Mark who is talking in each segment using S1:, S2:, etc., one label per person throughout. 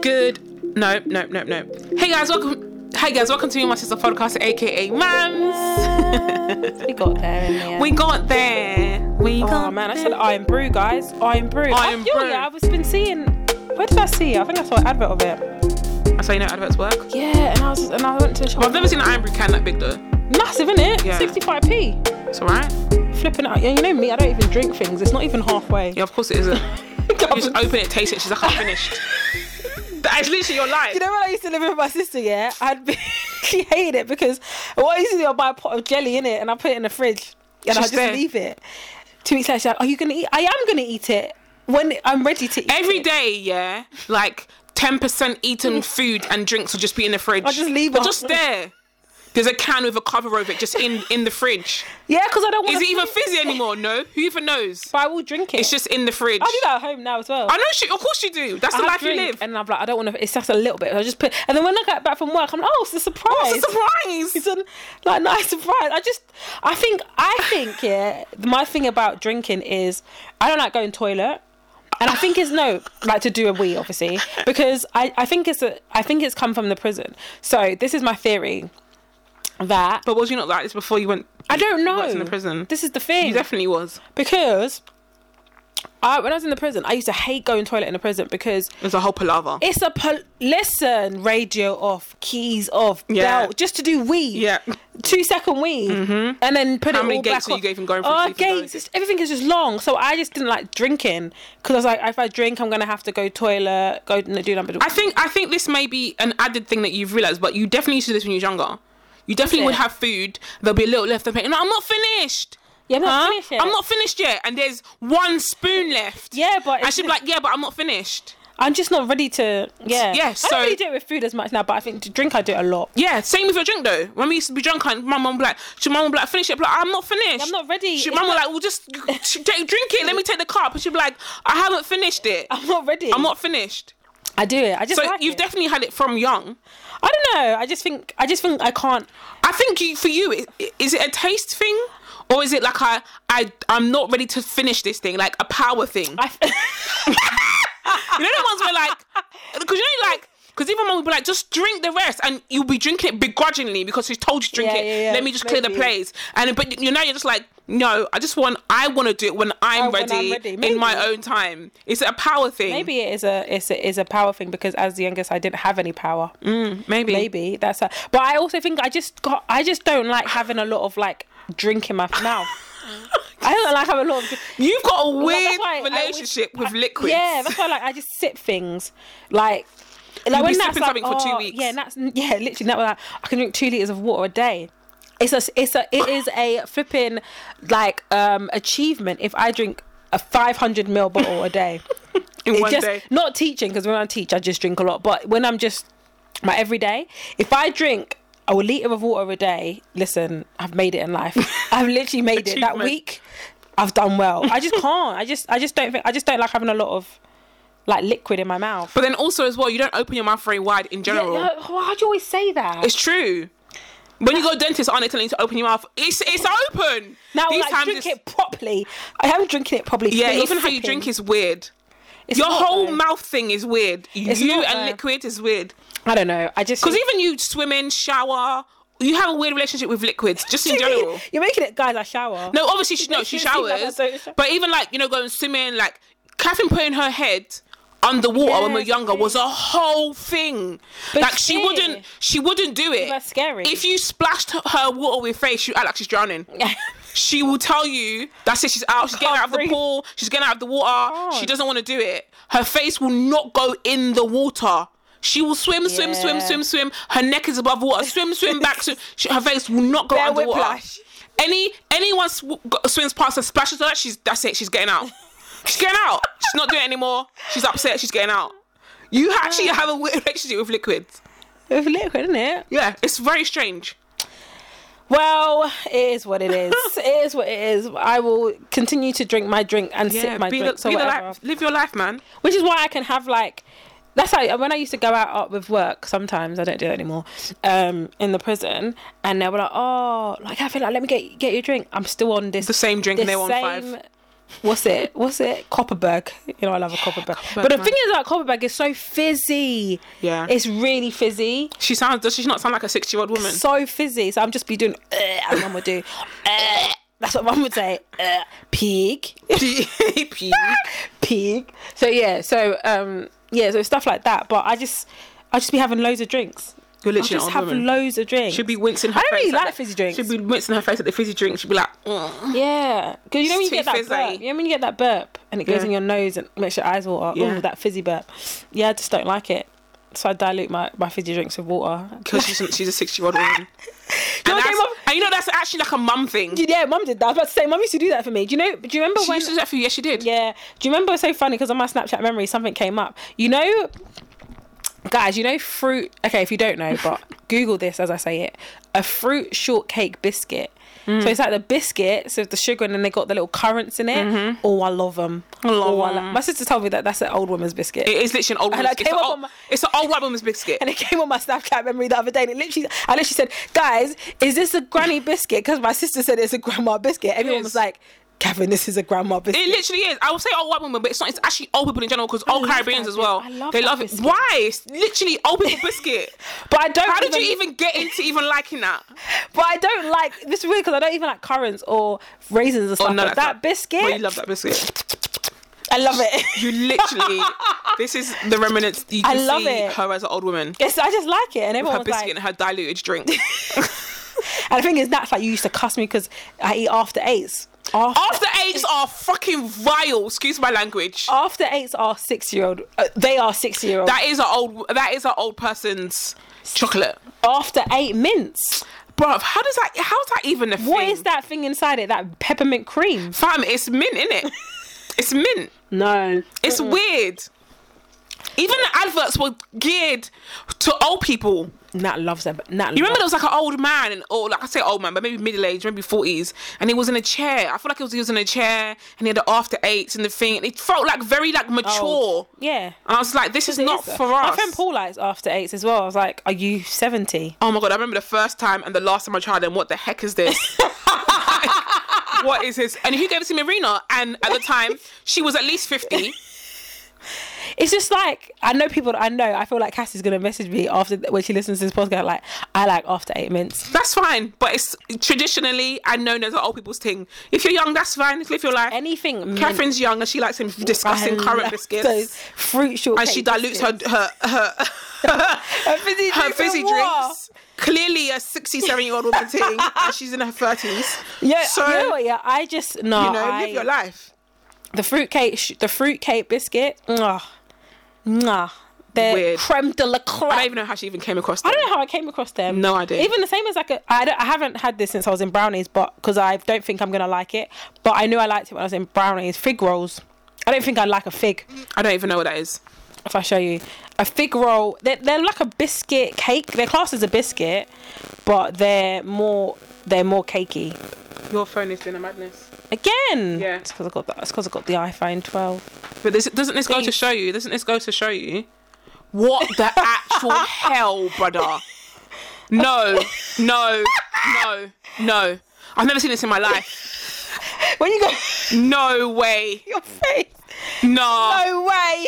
S1: Good. Nope, nope, nope, nope. Hey guys, welcome. Hey guys, welcome to Me and My Sister podcast, aka Mams.
S2: We got there in the end.
S1: we got there. We
S2: oh
S1: got
S2: man, I
S1: there.
S2: said Iron Brew, guys. Iron Brew.
S1: Iron
S2: I feel
S1: Brew.
S2: ya, I was been seeing. Where did I see? it? I think I saw an advert of it.
S1: I say you know adverts work. Well,
S2: Yeah, and I was and I went to the shop.
S1: I've never seen an iron brew can that big though.
S2: Massive, isn't it?
S1: Yeah.
S2: 65p.
S1: It's alright.
S2: Flipping out. Yeah, you know me. I don't even drink things. It's not even halfway.
S1: Yeah, of course it isn't. you just
S2: you
S1: open it, taste it. She's like, I'm finished. that is literally your life.
S2: know when I used to live with my sister, yeah, I'd be she hated it because what I used to do, I'd buy a pot of jelly in it and I put it in the fridge and
S1: Just
S2: I just
S1: there.
S2: leave it. Two weeks later, she's like, "Are you gonna eat? I am gonna eat it when I'm ready to eat."
S1: Every
S2: it."
S1: day, yeah, like 10% eaten food and drinks will just be in the fridge.
S2: Mm. I'll just leave
S1: They're
S2: it.
S1: just there. There's a can with a cover over it just in, in the fridge.
S2: yeah, because I don't want.
S1: Is it even fizzy anymore? No. Who even knows?
S2: But I will drink it.
S1: It's just in the fridge.
S2: I do that at home now as well.
S1: I know she, of course you do. That's the
S2: I
S1: life you
S2: drink,
S1: live.
S2: And I'm like, I don't want to. It's just a little bit. I just put. And then when I get back from work, I'm like, oh, it's a surprise.
S1: It's a surprise.
S2: It's a like nice surprise. I just, I think, I think, yeah. My thing about drinking is, I don't like going toilet, and I think it's no like to do a wee, obviously, because I, I think it's a, I think it's come from the prison. So this is my theory, that
S1: But was you not like this before you went?
S2: I don't know.
S1: in the prison.
S2: This is the thing
S1: You definitely was.
S2: because. I, when I was in the prison, I used to hate going toilet in the prison because
S1: There's a whole palaver.
S2: it's a pol- listen, radio off, keys off,
S1: Yeah.
S2: belt, just to do weed.
S1: Yeah. Mm-hmm.
S2: Two second weed, and then put
S1: How
S2: it
S1: many
S2: all
S1: gates
S2: back
S1: were you
S2: on.
S1: giving going from
S2: Oh,
S1: sleeping going?
S2: gates! It's, everything is just long, so I just didn't like drinking because I was like, if I drink, I'm gonna have to go toilet, go n- do number.
S1: I think I think this may be an added thing that you've realized, but you definitely used to do this when you was younger. You definitely would
S2: it?
S1: have food. There'll be a little left. And like, no, I'm not finished.
S2: yeah, I'm
S1: Huh?
S2: not finished yet.
S1: I'm not finished yet. And there's one spoon left.
S2: Yeah, but
S1: I
S2: it's
S1: should be
S2: just-
S1: like, yeah, but I'm not finished.
S2: I'm just not ready to. Yeah.
S1: Yeah,
S2: I
S1: so-
S2: don't really do it with food as much now, but I think to drink I do it a lot.
S1: Yeah, same with your drink though. When we used to be drunk, and my mum would be like, she mum would be like, finish it. I'd be Like, I'm not finished.
S2: I'm not ready.
S1: She
S2: It's
S1: mum would like, well, just take, drink it. Let me take the cup. And she'd be like, I haven't finished it.
S2: I'm not ready.
S1: I'm not finished.
S2: I do it. I just.
S1: So
S2: like
S1: you've
S2: it.
S1: definitely had it from young.
S2: I don't know. I just think. I just think I can't.
S1: I think you, for you, i- i- is it a taste thing, or is it like I, I, I'm not ready to finish this thing, like a power thing? you know the ones where like, because you know like. Because even mum would be like, just drink the rest, and you'll be drinking it begrudgingly because she's told you to drink
S2: Yeah,
S1: it.
S2: yeah, yeah,
S1: Let me just clear the
S2: maybe.
S1: place, and but you know you're just like, no, I just want, I want to do it when I'm,
S2: Oh, when I'm
S1: ready,
S2: ready.
S1: in my
S2: Maybe.
S1: own time. Is it a power thing?
S2: Maybe it is a it's a, is a power thing because as the youngest, I didn't have any power.
S1: Mm, maybe,
S2: Maybe that's a, but I also think I just got I just don't like having a lot of like drink in my mouth. I don't like having a lot of.
S1: You've got a
S2: that's
S1: weird
S2: why I always-
S1: relationship with liquids.
S2: Yeah, that's why like I just sip things like. Like
S1: be
S2: when that's
S1: sipping
S2: like,
S1: something for two
S2: oh,
S1: weeks.
S2: Yeah, that's yeah, literally. That was like I can drink two liters of water a day. It's a it's a it is a flipping like um achievement if I drink a five hundred ml bottle a day.
S1: in
S2: It
S1: one
S2: just,
S1: day.
S2: Not teaching because when I teach, I just drink a lot. But when I'm just my everyday, if I drink a liter of water a day, listen, I've made it in life. I've literally made it that
S1: Achievement.
S2: week. I've done well. I just can't. I just, I just don't think. I just don't like having a lot of like liquid in my mouth.
S1: But then also as well, you don't open your mouth very wide in
S2: Yeah,
S1: general.
S2: no, why do you always say that?
S1: It's true. When you go to dentist, aren't they telling you to open your mouth? It's it's open.
S2: now, like, drink
S1: it's,
S2: it properly. I am drinking it properly.
S1: yeah,
S2: Still
S1: even how you
S2: sipping.
S1: drink is weird.
S2: It's
S1: Your
S2: not,
S1: whole
S2: though.
S1: mouth thing is weird. you
S2: not,
S1: and
S2: though.
S1: liquid is weird.
S2: I don't know. I just
S1: Because even you swim in, shower, you have a weird relationship with liquids, just in general.
S2: You're making it, guys. I shower.
S1: No, obviously she no, she
S2: It seems like I
S1: showers.
S2: don't shower.
S1: But even like, you know, going swimming, like Catherine putting her head underwater when we were
S2: Yes,
S1: younger was a
S2: yes.
S1: whole thing. like she
S2: see,
S1: wouldn't she wouldn't do it.
S2: that's scary.
S1: If you splashed her, her water with face, she'd act like she's drowning. she will tell you that's it, she's out, she's getting
S2: Can't
S1: out of the
S2: breathe.
S1: pool, she's getting out of the water, she
S2: God.
S1: doesn't want to do it. Her face will not go in the water. She will swim, swim, swim,
S2: Yeah.
S1: swim, swim. Her neck is above water. Swim, swim, back. Swim. She, her face will not go
S2: Bear
S1: underwater.
S2: whiplash.
S1: Any anyone sw- go- swims past and splashes her, she's that's it. She's getting out. She's getting out. She's not doing it anymore. She's upset. She's getting out. You actually have a weird relationship with liquids.
S2: With liquid, isn't it?
S1: Yeah, it's very strange.
S2: Well, it is what it is. it is what it is. I will continue to drink my drink and
S1: Yeah,
S2: sip my
S1: be
S2: drink.
S1: the,
S2: so
S1: be the
S2: whatever.
S1: life, live your life, man.
S2: Which is why I can have like. That's like when I used to go out uh, with work. Sometimes I don't do that anymore. Um, in the prison, and they were like, "Oh, like I feel like let me get get you a drink." I'm still on this
S1: The same drink and
S2: this
S1: they were on five.
S2: same- what's it? What's it? Copperberg. You know, I love a Copperberg.
S1: Copperberg,
S2: But the
S1: man.
S2: thing is about Copperberg is so fizzy.
S1: Yeah.
S2: It's really fizzy.
S1: She sounds. Does she not sound like a six-year-old woman?
S2: So fizzy. So I'm just be doing, "Ugh," and mum would do, "Ugh." that's what mum would say, "Ugh." pig,
S1: Pig.
S2: pig. So yeah, so, um, yeah, so stuff like that. But I just, I just be having loads of drinks.
S1: You're
S2: I
S1: literally
S2: just
S1: an old
S2: have
S1: woman.
S2: loads of drinks.
S1: She'd be wincing her
S2: I don't
S1: face.
S2: really
S1: at
S2: like
S1: the-
S2: fizzy drinks.
S1: She'd be wincing her face at the fizzy drink. She'd be like, "Mm."
S2: Yeah, because you know when you
S1: too
S2: get that
S1: fizzy.
S2: burp, you know when you get that burp and it goes
S1: Yeah.
S2: in your nose and makes your eyes water.
S1: Yeah.
S2: Oh, that fizzy burp. Yeah, I just don't like it. So I dilute my, my fizzy drinks with water.
S1: because she's, she's a six-year-old woman.
S2: Do you
S1: And,
S2: know what
S1: that's,
S2: Mum-
S1: and you know that's actually like a mum thing. She
S2: yeah, mum did that. I was about to say, mum used to do that for me. Do you know? Do you remember when?
S1: used to do that for you. Yes, she did.
S2: yeah. Do you remember? It's so funny because on my Snapchat memory, something came up. You know, guys. You know, fruit. Okay, if you don't know, but Google this as I say it. A fruit shortcake biscuit.
S1: Mm.
S2: So it's like the biscuits with the sugar, and then they got the little currants in it. Oh, I love them.
S1: Mm-hmm. love
S2: oh, I
S1: 'em.
S2: lo- my sister told me that that's an old woman's biscuit.
S1: It is literally an old
S2: And
S1: woman's.
S2: I
S1: It's,
S2: came
S1: an
S2: up
S1: old,
S2: on my-
S1: it's an old white woman's biscuit.
S2: and it came on my Snapchat memory the other day, and it literally, I literally said, "Guys, is this a granny biscuit?" Because my sister said it's a grandma biscuit. Everyone
S1: is.
S2: was like, "Kevin, this is a grandma biscuit."
S1: It literally is. I would say old white women, but it's not. It's actually old people in general because old
S2: love
S1: Caribbeans
S2: that
S1: as well.
S2: bit. I love
S1: they
S2: that
S1: love it.
S2: biscuit.
S1: Why? It's literally old people biscuit.
S2: But I don't.
S1: How did you even get into even liking that?
S2: But I don't like this. Is weird because I don't even like currants or raisins or stuff.
S1: Oh, no,
S2: but
S1: that's
S2: Oh, that
S1: not-
S2: biscuit,
S1: Well, you love that biscuit.
S2: I love it.
S1: You literally. this is the remnants. You can
S2: I love
S1: see
S2: it.
S1: her as an old woman.
S2: Yes, I just like it, and
S1: Her
S2: everyone was
S1: biscuit
S2: like.
S1: and her diluted drink.
S2: And the thing is, that's like you used to cuss me because I eat after eights. After,
S1: After eights are fucking vile. Excuse my language.
S2: after eights are six year old. Uh, they are six year old.
S1: That is an old. That is an old person's chocolate.
S2: After eight mints.
S1: Bruv, how does that? How's that even a thing?
S2: What is that thing inside it? That peppermint cream?
S1: Fam, it's mint, innit? it's mint.
S2: No.
S1: It's weird. Even the adverts were geared to old people.
S2: Nat loves them. Nat.
S1: You remember there was like an old man, or like I say old man, but maybe middle age, maybe forties, and he was in a chair. I feel like he was, he was in a chair, and he had the after eights and the thing. and It felt like very like mature.
S2: Oh. Yeah.
S1: And I was like, this is not
S2: Yes.
S1: for us.
S2: My friend Paul likes after eights as well. I was like, "Are you 70?
S1: oh my god, I remember the first time and the last time I tried them. What the heck is this? what is this? And who gave it to Marina? And at the time, she was at least fifty.
S2: It's just like I know people that I know. I feel like Cassie's gonna message me after when she listens to this podcast. Like I like after eight minutes.
S1: That's fine, but it's traditionally and known as an old people's thing. If you're young, that's fine. Live your life.
S2: Anything. mm,
S1: Catherine's young and she likes him discussing current biscuits,
S2: fruit shortcake.
S1: and she dilutes her her her,
S2: her fizzy,
S1: her
S2: drinks
S1: fizzy
S2: with water.
S1: drinks. Clearly, a sixty-seven-year-old woman thing, and she's in her thirties.
S2: Yeah,
S1: so
S2: you know
S1: you
S2: what, yeah. I just no.
S1: know,
S2: I,
S1: live your life.
S2: The fruitcake, sh- the fruitcake biscuit. Mwah, mwah. They're
S1: Weird.
S2: creme de la creme.
S1: I don't even know how she even came across. That.
S2: I don't know how I came across them.
S1: No idea.
S2: Even the same as like a, I, don't, I haven't had this since I was in brownies, but because I don't think I'm gonna like it. But I knew I liked it when I was in brownies. Fig rolls. I don't think I'd like a fig
S1: I don't even know what that is.
S2: if I show you a fig roll. They're, they're like a biscuit cake. They're classed as a biscuit, but they're more they're more cakey.
S1: Your phone is doing a madness.
S2: Again,
S1: Yeah.
S2: It's because I got that. It's because I got the iPhone 12.
S1: But this, doesn't this go to
S2: Thanks.
S1: show you? Doesn't this go to show you what the actual hell, brother? No, no, no, no. I've never seen this in my life.
S2: When you got
S1: No way.
S2: your face,
S1: No.
S2: no way,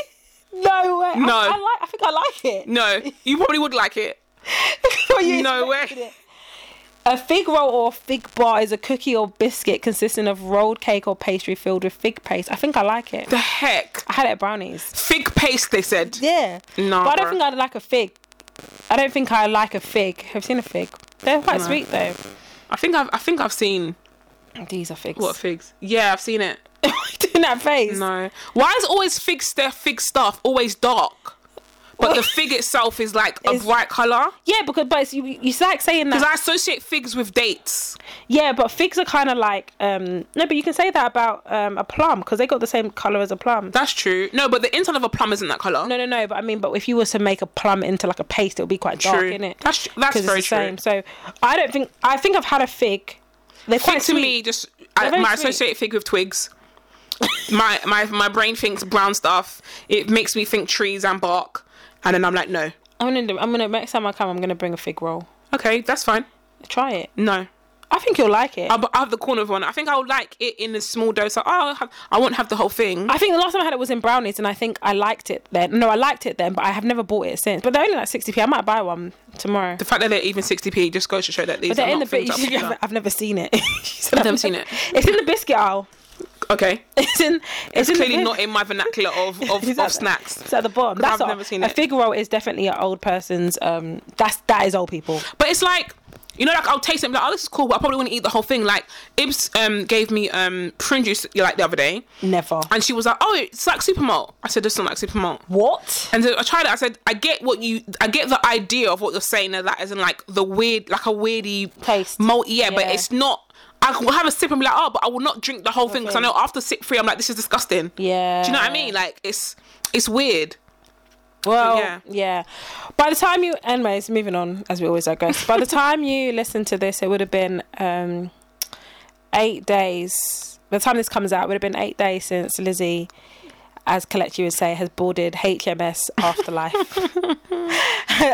S2: no way.
S1: No.
S2: I, I like. I think I like it.
S1: No. You probably would like it.
S2: What you
S1: No
S2: expected
S1: way.
S2: it. A fig roll or fig bar is a cookie or biscuit consisting of rolled cake or pastry filled with fig paste. I think I like it.
S1: The heck?
S2: I had it at brownies.
S1: Fig paste, they said.
S2: Yeah.
S1: Nah,
S2: But I don't
S1: bruh.
S2: think I'd like a fig. I don't think I like a fig. Have you seen a fig? They're quite
S1: No.
S2: sweet though.
S1: I think I've I think I've seen
S2: These are figs.
S1: what are figs. Yeah, I've seen it.
S2: Doing that face.
S1: No. Why is always fig stuff fig stuff always dark? But the fig itself is like a
S2: It's-
S1: bright colour.
S2: Yeah, because but it's, you, you like saying that.
S1: Because I associate figs with dates.
S2: yeah, but figs are kind of like um no, but you can say that about um a plum because they got the same color as a plum.
S1: That's true. No, but the inside of a plum isn't that colour.
S2: No, no, no. But I mean, but if you were to make a plum into like a paste, it would be quite dark,
S1: True.
S2: innit?
S1: That's- that's
S2: 'Cause it's
S1: very
S2: the same. So I don't think I think I've had a fig. They're
S1: fig
S2: quite
S1: to
S2: sweet.
S1: me just I,
S2: very
S1: my
S2: sweet.
S1: associate fig with twigs. my my my brain thinks brown stuff. It makes me think trees and bark, and then I'm like, no,
S2: I'm gonna do- I'm gonna next time I come, I'm gonna bring a fig roll.
S1: okay, that's fine.
S2: Try it.
S1: No,
S2: I think you'll like it.
S1: I, Uh, I have the corner of one. I think I'll like it in a small dose. Like, oh, I'll have, I won't have the whole thing.
S2: I think the last time I had it was in brownies, and I think I liked it then. No, I liked it then, but I have never bought it since. But they're only like sixty p. I might buy one tomorrow.
S1: the fact that they're even 60p just goes to show that these
S2: But they're
S1: are
S2: in the
S1: not
S2: bit.
S1: things
S2: You
S1: that
S2: should,
S1: popular.
S2: I've, I've never seen it. She said,
S1: I've never
S2: "I've
S1: seen
S2: never-"
S1: it.
S2: It's in the biscuit aisle.
S1: Okay.
S2: It's in. It's, in the
S1: Clearly
S2: bin.
S1: not in my vernacular of, of,
S2: It's
S1: of
S2: at-
S1: snacks.
S2: It's at the bottom.
S1: 'Cause
S2: That's
S1: I've
S2: what-
S1: never seen
S2: a
S1: it.
S2: fig roll is definitely an old person's. Um, that's that is old people.
S1: But it's like, you know, like I'll taste it and be like, oh, this is cool, but I probably wouldn't eat the whole thing. Like, Ibs um, gave me um, prune juice like the other day,
S2: Never.
S1: and she was like, oh, it's like super malt. I said, this not like super malt.
S2: what?
S1: And so I tried it. I said, I get what you, I get the idea of what you're saying, and that isn't like the weird, like a weirdy
S2: Taste.
S1: malt. Yeah, but
S2: Yeah.
S1: it's not. I will have a sip and be like, oh, but I will not drink the whole thing because I
S2: Okay.
S1: know after sip three, I'm like, this is disgusting.
S2: Yeah.
S1: Do you know what I mean? Like it's it's weird.
S2: Well, yeah.
S1: Yeah.
S2: By the time you, anyways, moving on as we always digress. By the time you listen to this, it would have been um, eight days. By the time this comes out, it would have been eight days since Lizzie, as Colette you would say, has boarded HMS Afterlife.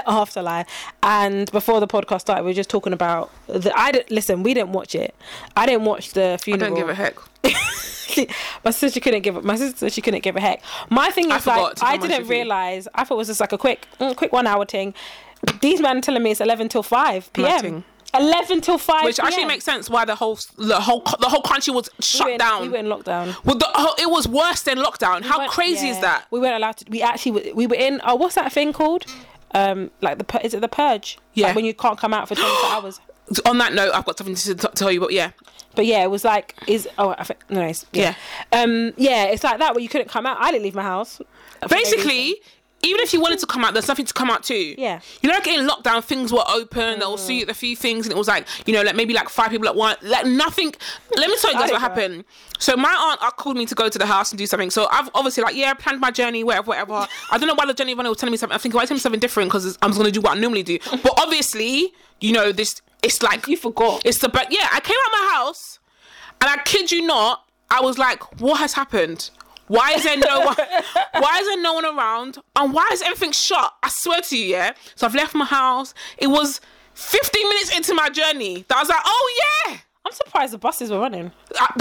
S2: Afterlife. And before the podcast started, we were just talking about the. I didn't listen. We didn't watch it. I didn't watch the funeral.
S1: Don't give a heck.
S2: my sister couldn't give a, my sister she couldn't give a heck. My thing
S1: I
S2: is
S1: forgot,
S2: like
S1: to be
S2: I
S1: honest
S2: didn't
S1: with you.
S2: realize. I thought it was just like a quick mm, quick one hour thing. These men are telling me it's eleven till five p.m.
S1: Nothing.
S2: Eleven till five,
S1: Which actually
S2: PM.
S1: makes sense why the whole the whole co- the whole country was shut
S2: we were in,
S1: down.
S2: We were in lockdown.
S1: well, the whole, it was worse than lockdown. How
S2: weren't-
S1: crazy is
S2: yeah.
S1: that?
S2: We weren't allowed to. We actually were- we were in. Oh, what's that thing called? Um, like the pur- is it the purge? Like
S1: Yeah.
S2: when you can't come out for twenty four hours.
S1: On that note, I've got something to t- tell you. But yeah,
S2: But yeah, it was like is oh I think, no, it's, yeah. um yeah it's like that where you couldn't come out. I didn't leave my house. for no reason.
S1: basically. Even if you wanted to come out, there's nothing to come out to.
S2: Yeah. Mm.
S1: You know, like in lockdown, things were open. They will see you at a few things, and it was like, you know, like maybe like five people at once. Like nothing. Let me tell you guys
S2: Oh,
S1: what
S2: yeah.
S1: happened. So my aunt uh, called me to go to the house and do something. So I've obviously like, yeah, planned my journey, whatever, whatever. I don't know why the journey runner was telling me something. I think why tell me something different because I'm just gonna do what I normally do. But obviously, you know, this it's like
S2: You forgot.
S1: It's the but yeah. I came out my house, and I kid you not, I was like, what has happened? Why is there no one? Why is there no one around? And why is everything shut? I swear to you, yeah. So I've left my house. It was 15 minutes into my journey that I was like, oh yeah.
S2: I'm surprised the buses were running.
S1: I-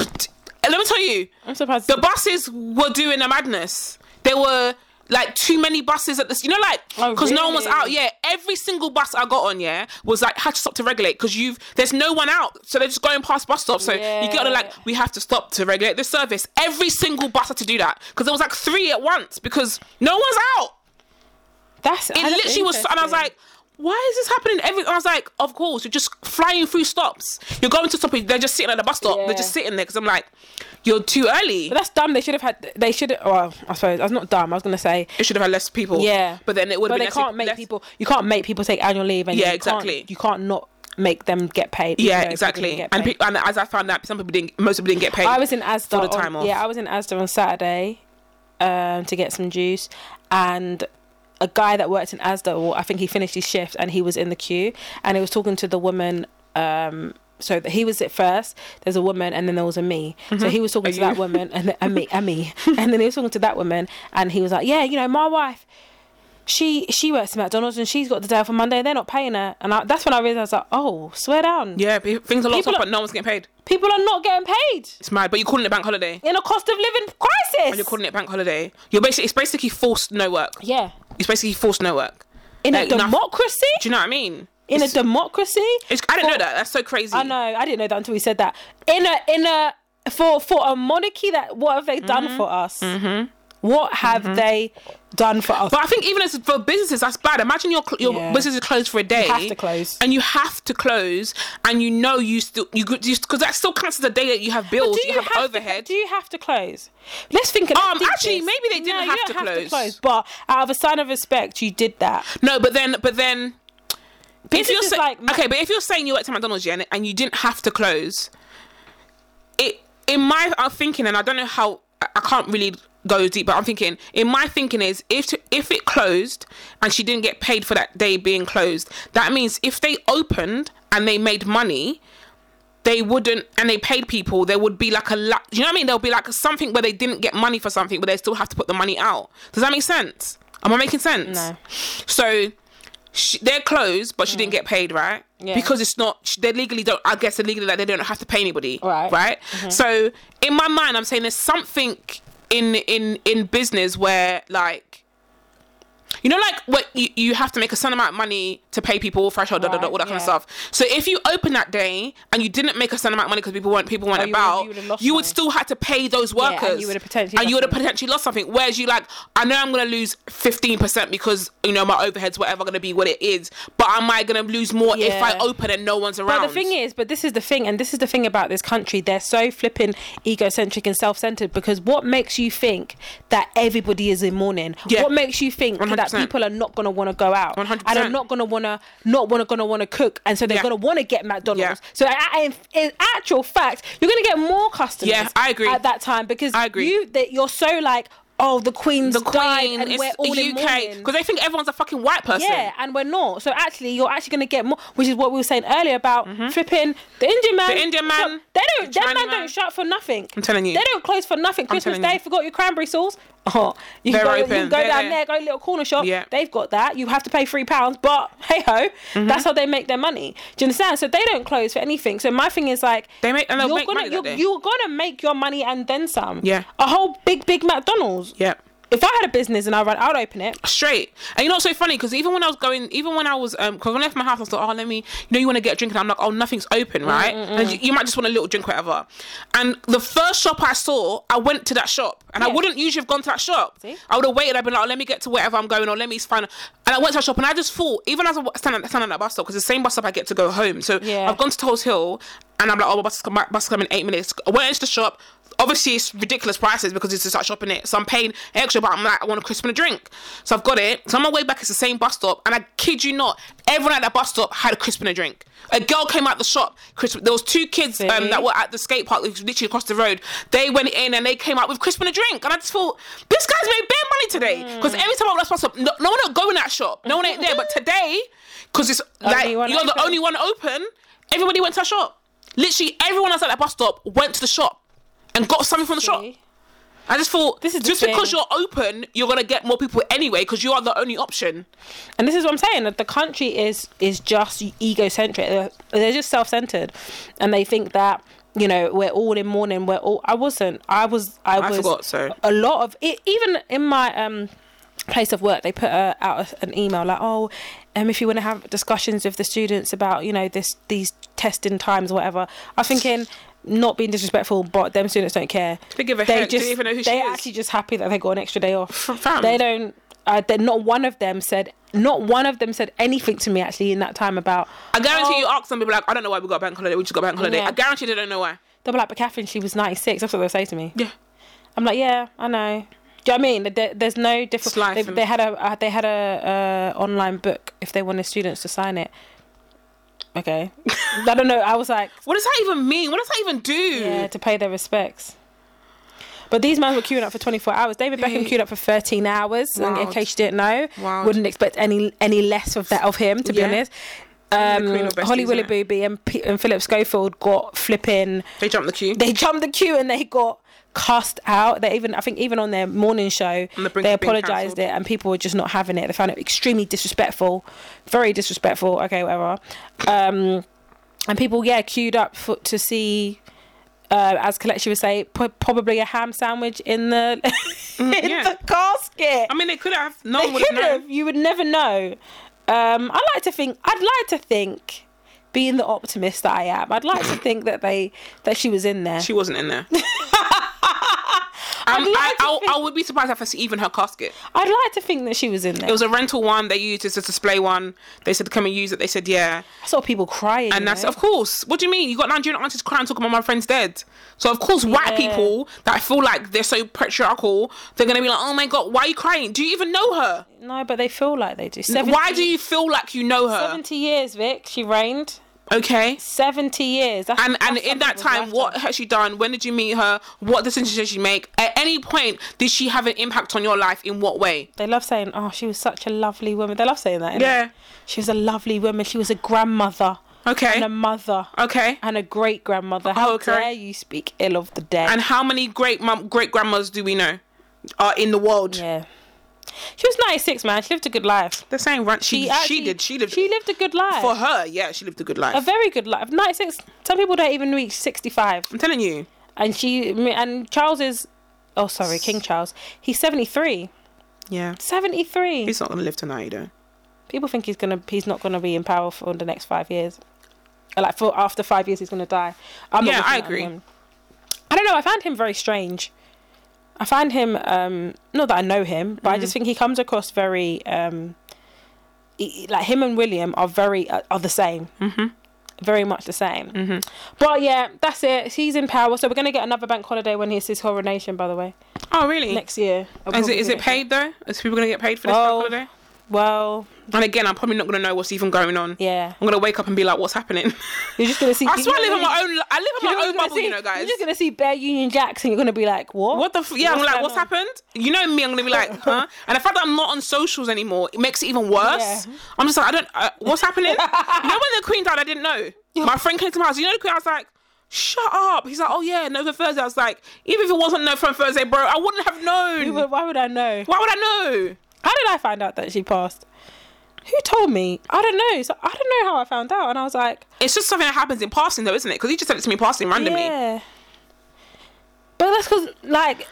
S1: let me tell you,
S2: I'm surprised
S1: the buses were doing a madness. There were like too many buses at this. You know, like
S2: Oh,
S1: because no one was
S2: really?
S1: out. Yeah, every single bus I got on, yeah, was like had to stop to regulate because you've there's no one out, so they're just going past bus stops. So you get
S2: Yeah.
S1: on and like we have to stop to regulate this service. Every single bus had to do that because there was like three at once because no one's out.
S2: That's
S1: It literally was, and I was like. Why is this happening? Every I was like, of course, you're just flying through stops. You're going to stop. They're just sitting at the bus stop.
S2: Yeah.
S1: They're just sitting there because I'm like, you're too early.
S2: but that's dumb. They should have had. They should. Well, I suppose I was not dumb. I was gonna say.
S1: it should have had less people.
S2: Yeah,
S1: but then it would.
S2: But
S1: have
S2: they
S1: been less-
S2: can't make
S1: less-
S2: people. You can't make people take annual leave. And
S1: Yeah,
S2: you
S1: exactly.
S2: Can't, you can't not make them get paid. even though
S1: Yeah,
S2: they didn't
S1: exactly.
S2: get
S1: And,
S2: paid.
S1: pe- and as I found out, some people didn't. Most people didn't get paid.
S2: I was in Asda.
S1: the time
S2: on,
S1: off.
S2: Yeah, I was in Asda on Saturday um, to get some juice, and a guy that worked in Asda, well, I think he finished his shift and he was in the queue, and he was talking to the woman. Um, so that he was at first. There's a woman, and then there was a me. So
S1: Mm-hmm.
S2: he was talking to that woman, and then, a me, a me, and then he was talking to that woman, and he was like, "Yeah, you know, my wife, she she works at McDonald's, and she's got the day off on Monday. They're not paying her." And I, that's when I realized, like, "Oh, swear down,
S1: yeah, pe- things are locked
S2: People
S1: up,
S2: are-
S1: but no one's getting paid.
S2: people are not getting paid
S1: It's mad. But you're calling it bank holiday.
S2: in a cost of living crisis."
S1: And you're calling it bank holiday. You're basically it's basically forced no work.
S2: Yeah.
S1: It's basically forced no work.
S2: In
S1: Like,
S2: a
S1: noth-
S2: democracy?
S1: Do you know what I mean?
S2: in a
S1: It's-
S2: democracy?
S1: it's- I didn't know that. That's so crazy.
S2: I know, I didn't know that until we said that. In a in a for for a monarchy that what have they
S1: Mm-hmm.
S2: done for us? What have they done for us?
S1: But I think even as for businesses, that's bad. Imagine your cl- your
S2: Yeah.
S1: business is closed for a day. You
S2: have to close.
S1: and you have to close, and you know you still you because that still counts as a day that you have bills, you, have, overhead.
S2: To, do you have to close? Let's think. let's
S1: Um,
S2: think
S1: actually,
S2: this.
S1: maybe they didn't
S2: No, you
S1: have
S2: don't
S1: to close.
S2: But out of a sign of respect, you did that.
S1: No, but then, but then,
S2: This
S1: if you're
S2: is
S1: sa-
S2: like
S1: okay, but if you're saying you worked at McDonald's yeah, and, and you didn't have to close, it in my uh, thinking, and I don't know how I, I can't really go deep, but I'm thinking in my thinking is if to, if it closed and she didn't get paid for that day being closed, that means if they opened and they made money. They wouldn't, and they paid people. There would be like a, la- you know what I mean? There'll be like something where they didn't get money for something, but they still have to put the money out. Does that make sense? Am I making sense?
S2: No.
S1: So she, they're closed, but she didn't get paid, right?
S2: Mm. Yeah.
S1: Because it's not sh- they legally don't. I guess they're legally like they don't have to pay anybody,
S2: Right. Mm-hmm.
S1: Right. So in my mind, I'm saying there's something in in in business where like. You know, like what you, you have to make a certain amount of money to pay people, threshold, dot, dot, dot, all that kind of
S2: Right,
S1: stuff. So if you open that day and you didn't make a certain amount of money because people weren't people weren't
S2: Oh, you would-
S1: about,
S2: you
S1: you
S2: would have
S1: would,
S2: lost money.
S1: still have to pay those workers,
S2: and you would have potentially
S1: and you
S2: lost
S1: would have
S2: money.
S1: potentially lost something. Whereas you like, I know I'm gonna lose fifteen percent because you know my overheads whatever gonna be what it is, but am I gonna lose more if I
S2: Yeah.
S1: open and no one's around?
S2: But the thing is, but this is the thing, and this is the thing about this country. They're so flipping egocentric and self-centered because what makes you think that everybody is in mourning?
S1: Yeah.
S2: What makes you think that
S1: 100%.
S2: people are not gonna want to go out
S1: 100%.
S2: and are not gonna wanna not wanna gonna wanna cook, and so they're
S1: Yeah.
S2: gonna wanna get McDonald's.
S1: Yeah.
S2: So I- I- in, in actual fact, you're gonna get more customers.
S1: Yeah, I agree.
S2: At that time, because
S1: I agree.
S2: You that you're so like. Oh, the Queen's
S1: the
S2: died
S1: Queen
S2: and
S1: is
S2: we're all in
S1: UK
S2: mourning.
S1: because they think everyone's a fucking white person.
S2: Yeah, and we're not. So actually, you're actually going to get more, which is what we were saying earlier about flipping the Indian man.
S1: Mm-hmm. The Indian man,
S2: shut- They don't.
S1: the
S2: That man,
S1: Chinese man.
S2: don't shut for nothing. I'm
S1: telling you.
S2: They don't close for nothing. Christmas
S1: telling
S2: Day,
S1: you.
S2: forgot your cranberry sauce. Oh, you
S1: They're
S2: go, you
S1: open.
S2: can go
S1: They're
S2: down there.
S1: there.
S2: go to a little corner shop.
S1: Yeah.
S2: They've got that. You have to pay three pounds, but hey ho,
S1: Mm-hmm.
S2: that's how they make their money. Do you understand? So they don't close for anything. So my thing is like
S1: They make- and they'll
S2: you're
S1: make
S2: gonna
S1: money that
S2: you're,
S1: day.
S2: you're gonna make your money and then some.
S1: Yeah.
S2: A whole big big McDonald's.
S1: yeah.
S2: If I had a business and I run, I'd open it.
S1: Straight, and you know what's so funny because even when I was going, even when I was, um, because when I left my house, I was like, oh, let me, you know, you want to get a drink, and I'm like, oh, nothing's
S2: Mm,
S1: open, right? And you, you might just want a little drink, whatever. And the first shop I saw, I went to that shop, and I
S2: Yeah.
S1: wouldn't usually have gone to that shop.
S2: See?
S1: I would have waited. I'd been like, oh, let me get to wherever I'm going, or let me find. a-" And I went to that shop, and I just thought, even as I wa- stand at, stand at that bus stop, because the same bus stop I get to go home. So
S2: Yeah.
S1: I've gone to Tolls Hill, and I'm like, oh, my bus is com- my bus is coming in eight minutes. I went into the shop. Obviously, it's ridiculous prices because it's just like shopping it. So I'm paying extra, but I'm like, I want a crisp and a drink. So I've got it. So on my way back, it's the same bus stop, and I kid you not, everyone at that bus stop had a crisp and a drink. A girl came out the shop. Crisp. There was two kids um,
S2: See?
S1: that were at the skate park, which was literally across the road. They went in and they came out with crisp and a drink, and I just thought, this guy's made bare money today. Because every time I was at that bus stop, no, no one going that shop. No one ain't there. But today, because it's like
S2: Only
S1: you're
S2: one
S1: the
S2: open.
S1: only one open. Everybody went to a shop. Literally, everyone else at that bus stop went to the shop and got something from the shop. I just thought
S2: This is the
S1: just because
S2: thing.
S1: you're open, you're gonna get more people anyway because you are the only option.
S2: and this is what I'm saying that the country is is just egocentric. They're, they're just self centered, and they think that you know we're all in mourning. We're all. I wasn't. I was. I, was.
S1: forgot, so.
S2: a lot of it, even in my um place of work, they put uh, out a- an email like, oh. Um, if you want to have discussions with the students about you know this these testing times or whatever, I'm thinking not being disrespectful, but them students don't care.
S1: They give a heck, they don't even know who she
S2: they're
S1: is.
S2: actually just happy that they got an extra day off.
S1: Fam.
S2: They don't. Uh, that not one of them said. Not one of them said anything to me actually in that time about.
S1: I guarantee
S2: oh,
S1: you ask some people like, I don't know why we got a bank holiday. We just got a bank holiday.
S2: Yeah.
S1: I guarantee they don't know why.
S2: They'll be like, but Catherine, she was 96. That's what they'll say to me.
S1: Yeah.
S2: I'm like, yeah, I know. Do you know what I mean? There, there's no difference.
S1: It's life,
S2: They,
S1: innit?
S2: they had a uh, they had a uh, online book if they wanted students to sign it. Okay, I don't know. I was like,
S1: What does that even mean? What does that even do?
S2: yeah, to pay their respects. But these men were queuing up for 24 hours. David Beckham
S1: They-
S2: queued up for 13 hours. and In
S1: Wild.
S2: case you didn't know,
S1: Wild.
S2: wouldn't expect any any less of that of him. To be
S1: Yeah.
S2: honest,
S1: the queen
S2: um,
S1: of besties,
S2: Holly
S1: isn't it?
S2: Willoughby and, P- and Philip Schofield got flipping.
S1: They jumped the queue.
S2: They jumped the queue and they got cast out. They even I think even on their morning show
S1: On the brink
S2: they
S1: of being
S2: apologized
S1: cancelled.
S2: it and people were just not having it. They found it extremely disrespectful, very disrespectful. Okay, whatever. Um, and people yeah queued up for, to see. Uh, as Kalechi would say, p- probably a ham sandwich in the in
S1: Mm, yeah.
S2: the casket.
S1: I mean, they could have. No
S2: They
S1: one would have
S2: could
S1: known.
S2: have. You would never know. Um, I like to think. I'd like to think, being the optimist that I am, I'd like to think that they that she was in there.
S1: She wasn't in there.
S2: I'd
S1: Um,
S2: like
S1: I,
S2: to
S1: I,
S2: think-
S1: I would be surprised if I see even her casket.
S2: I'd like to think that she was in there.
S1: It was a rental one. They used it as a display one. They said, "Can we use it?" They said, "Yeah."
S2: I saw people crying.
S1: And
S2: you
S1: that's
S2: know?
S1: of course. What do you mean? You got Nigerian aunties crying talking about my friend's dead. So of course, white
S2: Yeah.
S1: people that feel like they're so patriarchal, they're gonna be like, "Oh my god, why are you crying? Do you even know her?
S2: no, but they feel like they do. 70,
S1: Why do you feel like you know her?"
S2: Seventy years, Vic. She reigned
S1: Okay.
S2: seventy years. That's,
S1: And and
S2: that's
S1: in
S2: some
S1: that
S2: people's
S1: time, what
S2: lifetime.
S1: has she done? When did you meet her? What decisions did she make? At any point, did she have an impact on your life? In what way?
S2: They love saying, "Oh, she was such a lovely woman." They love saying that. innit?
S1: Yeah.
S2: she was a lovely woman. She was a grandmother and
S1: Okay.
S2: a mother
S1: Okay.
S2: and a great grandmother. How
S1: Eh? Oh, okay.
S2: dare you speak ill of the dead?
S1: And how many great mum great grandmas do we know are in the world?
S2: yeah, She was 96, man. She lived a good life.
S1: They're saying run. She she,
S2: actually-
S1: did. She lived.
S2: She lived a good life.
S1: for her. Yeah, she lived a good life.
S2: a very good life. 96. Some people don't even reach 65.
S1: I'm telling you.
S2: And she and Charles is oh sorry, King Charles. He's 73.
S1: Yeah,
S2: 73.
S1: he's not gonna live to ninety though.
S2: people think he's going to he's not going to be in power for the next 5 years. Or, Like for after 5 years he's going to die. I'm not
S1: Yeah,
S2: looking
S1: I
S2: at
S1: agree.
S2: him. I don't know, I find him very strange. I find him um not that I know him, but I
S1: Mm-hmm.
S2: just think he comes across very um he- like him and William are very uh, are the same. Mhm.
S1: Mm-hmm,
S2: Very much the same. Mm-hmm. But yeah, that's it. He's in power, so we're going to get another bank holiday when it's his coronation by the way.
S1: Oh really?
S2: Next year. I'll
S1: is
S2: probably
S1: it is
S2: do
S1: it paid though? Is people gonna get paid for this
S2: Oh.
S1: holiday?
S2: Well,
S1: And again, I'm probably not gonna know what's even going on.
S2: yeah.
S1: I'm gonna wake up and be like, what's happening?
S2: You're just going to see
S1: I swear I
S2: you
S1: live
S2: know
S1: in my own. I live
S2: You know
S1: in my
S2: what
S1: own
S2: you're gonna
S1: bubble, you
S2: see?
S1: know, guys.
S2: You're just gonna see Bear Union Jacks, and you're gonna be like, "What?
S1: What the f- yeah? I'm
S2: What's
S1: like,
S2: going
S1: what's
S2: on?
S1: happened? You know me. I'm gonna be like, huh? And the fact that I'm not on socials anymore, it makes it even worse.
S2: Yeah.
S1: I'm just like, I don't. Uh, what's happening? you know when the Queen died, I didn't know. My friend came to my house. You know the Queen. I was like, shut up. He's like, oh yeah, November Thursday. I was like, even if it wasn't November Thursday, bro, I wouldn't have known.
S2: But why would I know?
S1: Why would I know?
S2: How did I find out that she passed? Who told me? I don't know. So I don't know how I found out, and I was like,
S1: It's just something that happens in passing, though, isn't it? Because he just said it to me passing randomly.
S2: "Yeah." But that's because, like,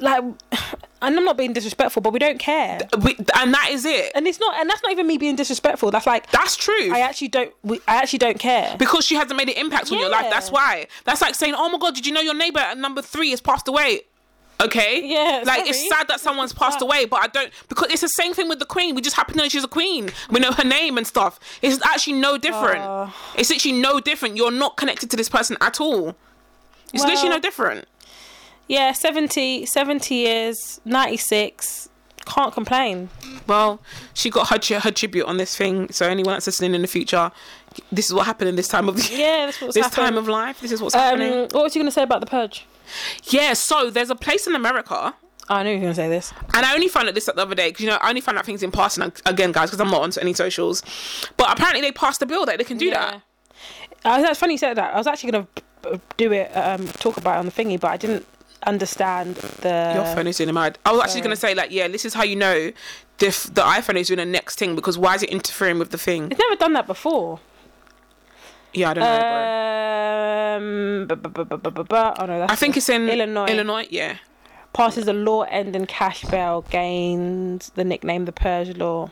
S2: like, and I'm not being disrespectful, but we don't care,
S1: We, and that is it.
S2: and it's not, and that's not even me being disrespectful. That's like,
S1: That's true.
S2: I actually don't, we, I actually don't care.
S1: because she hasn't made an impact on your life.
S2: Yeah.
S1: That's why. That's like saying, "Oh my God, did you know your neighbor at number three has passed away?" Okay.
S2: Yeah,
S1: Like
S2: sorry.
S1: it's sad that someone's passed away, but I don't because it's the same thing with the queen. We just happen to know she's a queen. We know her name and stuff. It's actually no different.
S2: Oh.
S1: It's literally no different. You're not connected to this person at all. It's
S2: Well-
S1: literally no different.
S2: Yeah, 70, 70 years, ninety six. Can't complain.
S1: Well, she got her, tri- her tribute on this thing. So anyone that's listening in the future, this is what happened in this time of
S2: Yeah, that's what's
S1: this
S2: happened.
S1: time of life. This is what's happening.
S2: Um, what was you gonna say about the purge?
S1: Yeah. So there's a place in America.
S2: I knew you were going to say this.
S1: And I only found out this out the other day because you know I only found out things in passing ag- again, guys, because I'm not onto any socials. But apparently they passed a bill that they can do that.
S2: I was, that's funny you said that. I was actually going to do it, um, talk about it on the thingy, but I didn't understand the.
S1: Your phone is doing mad. I was actually going to say like, yeah, this is how you know the f- the iPhone is doing the next thing because why is it interfering with the thing?
S2: It's never done that before.
S1: Yeah, I don't know.
S2: Uh,
S1: bro.
S2: Um, bu- bu- bu- bu- bu- bu- bu- oh no, that's
S1: I think it's in
S2: Illinois.
S1: Illinois, yeah.
S2: passes a law ending cash bail gains the nickname the purge law.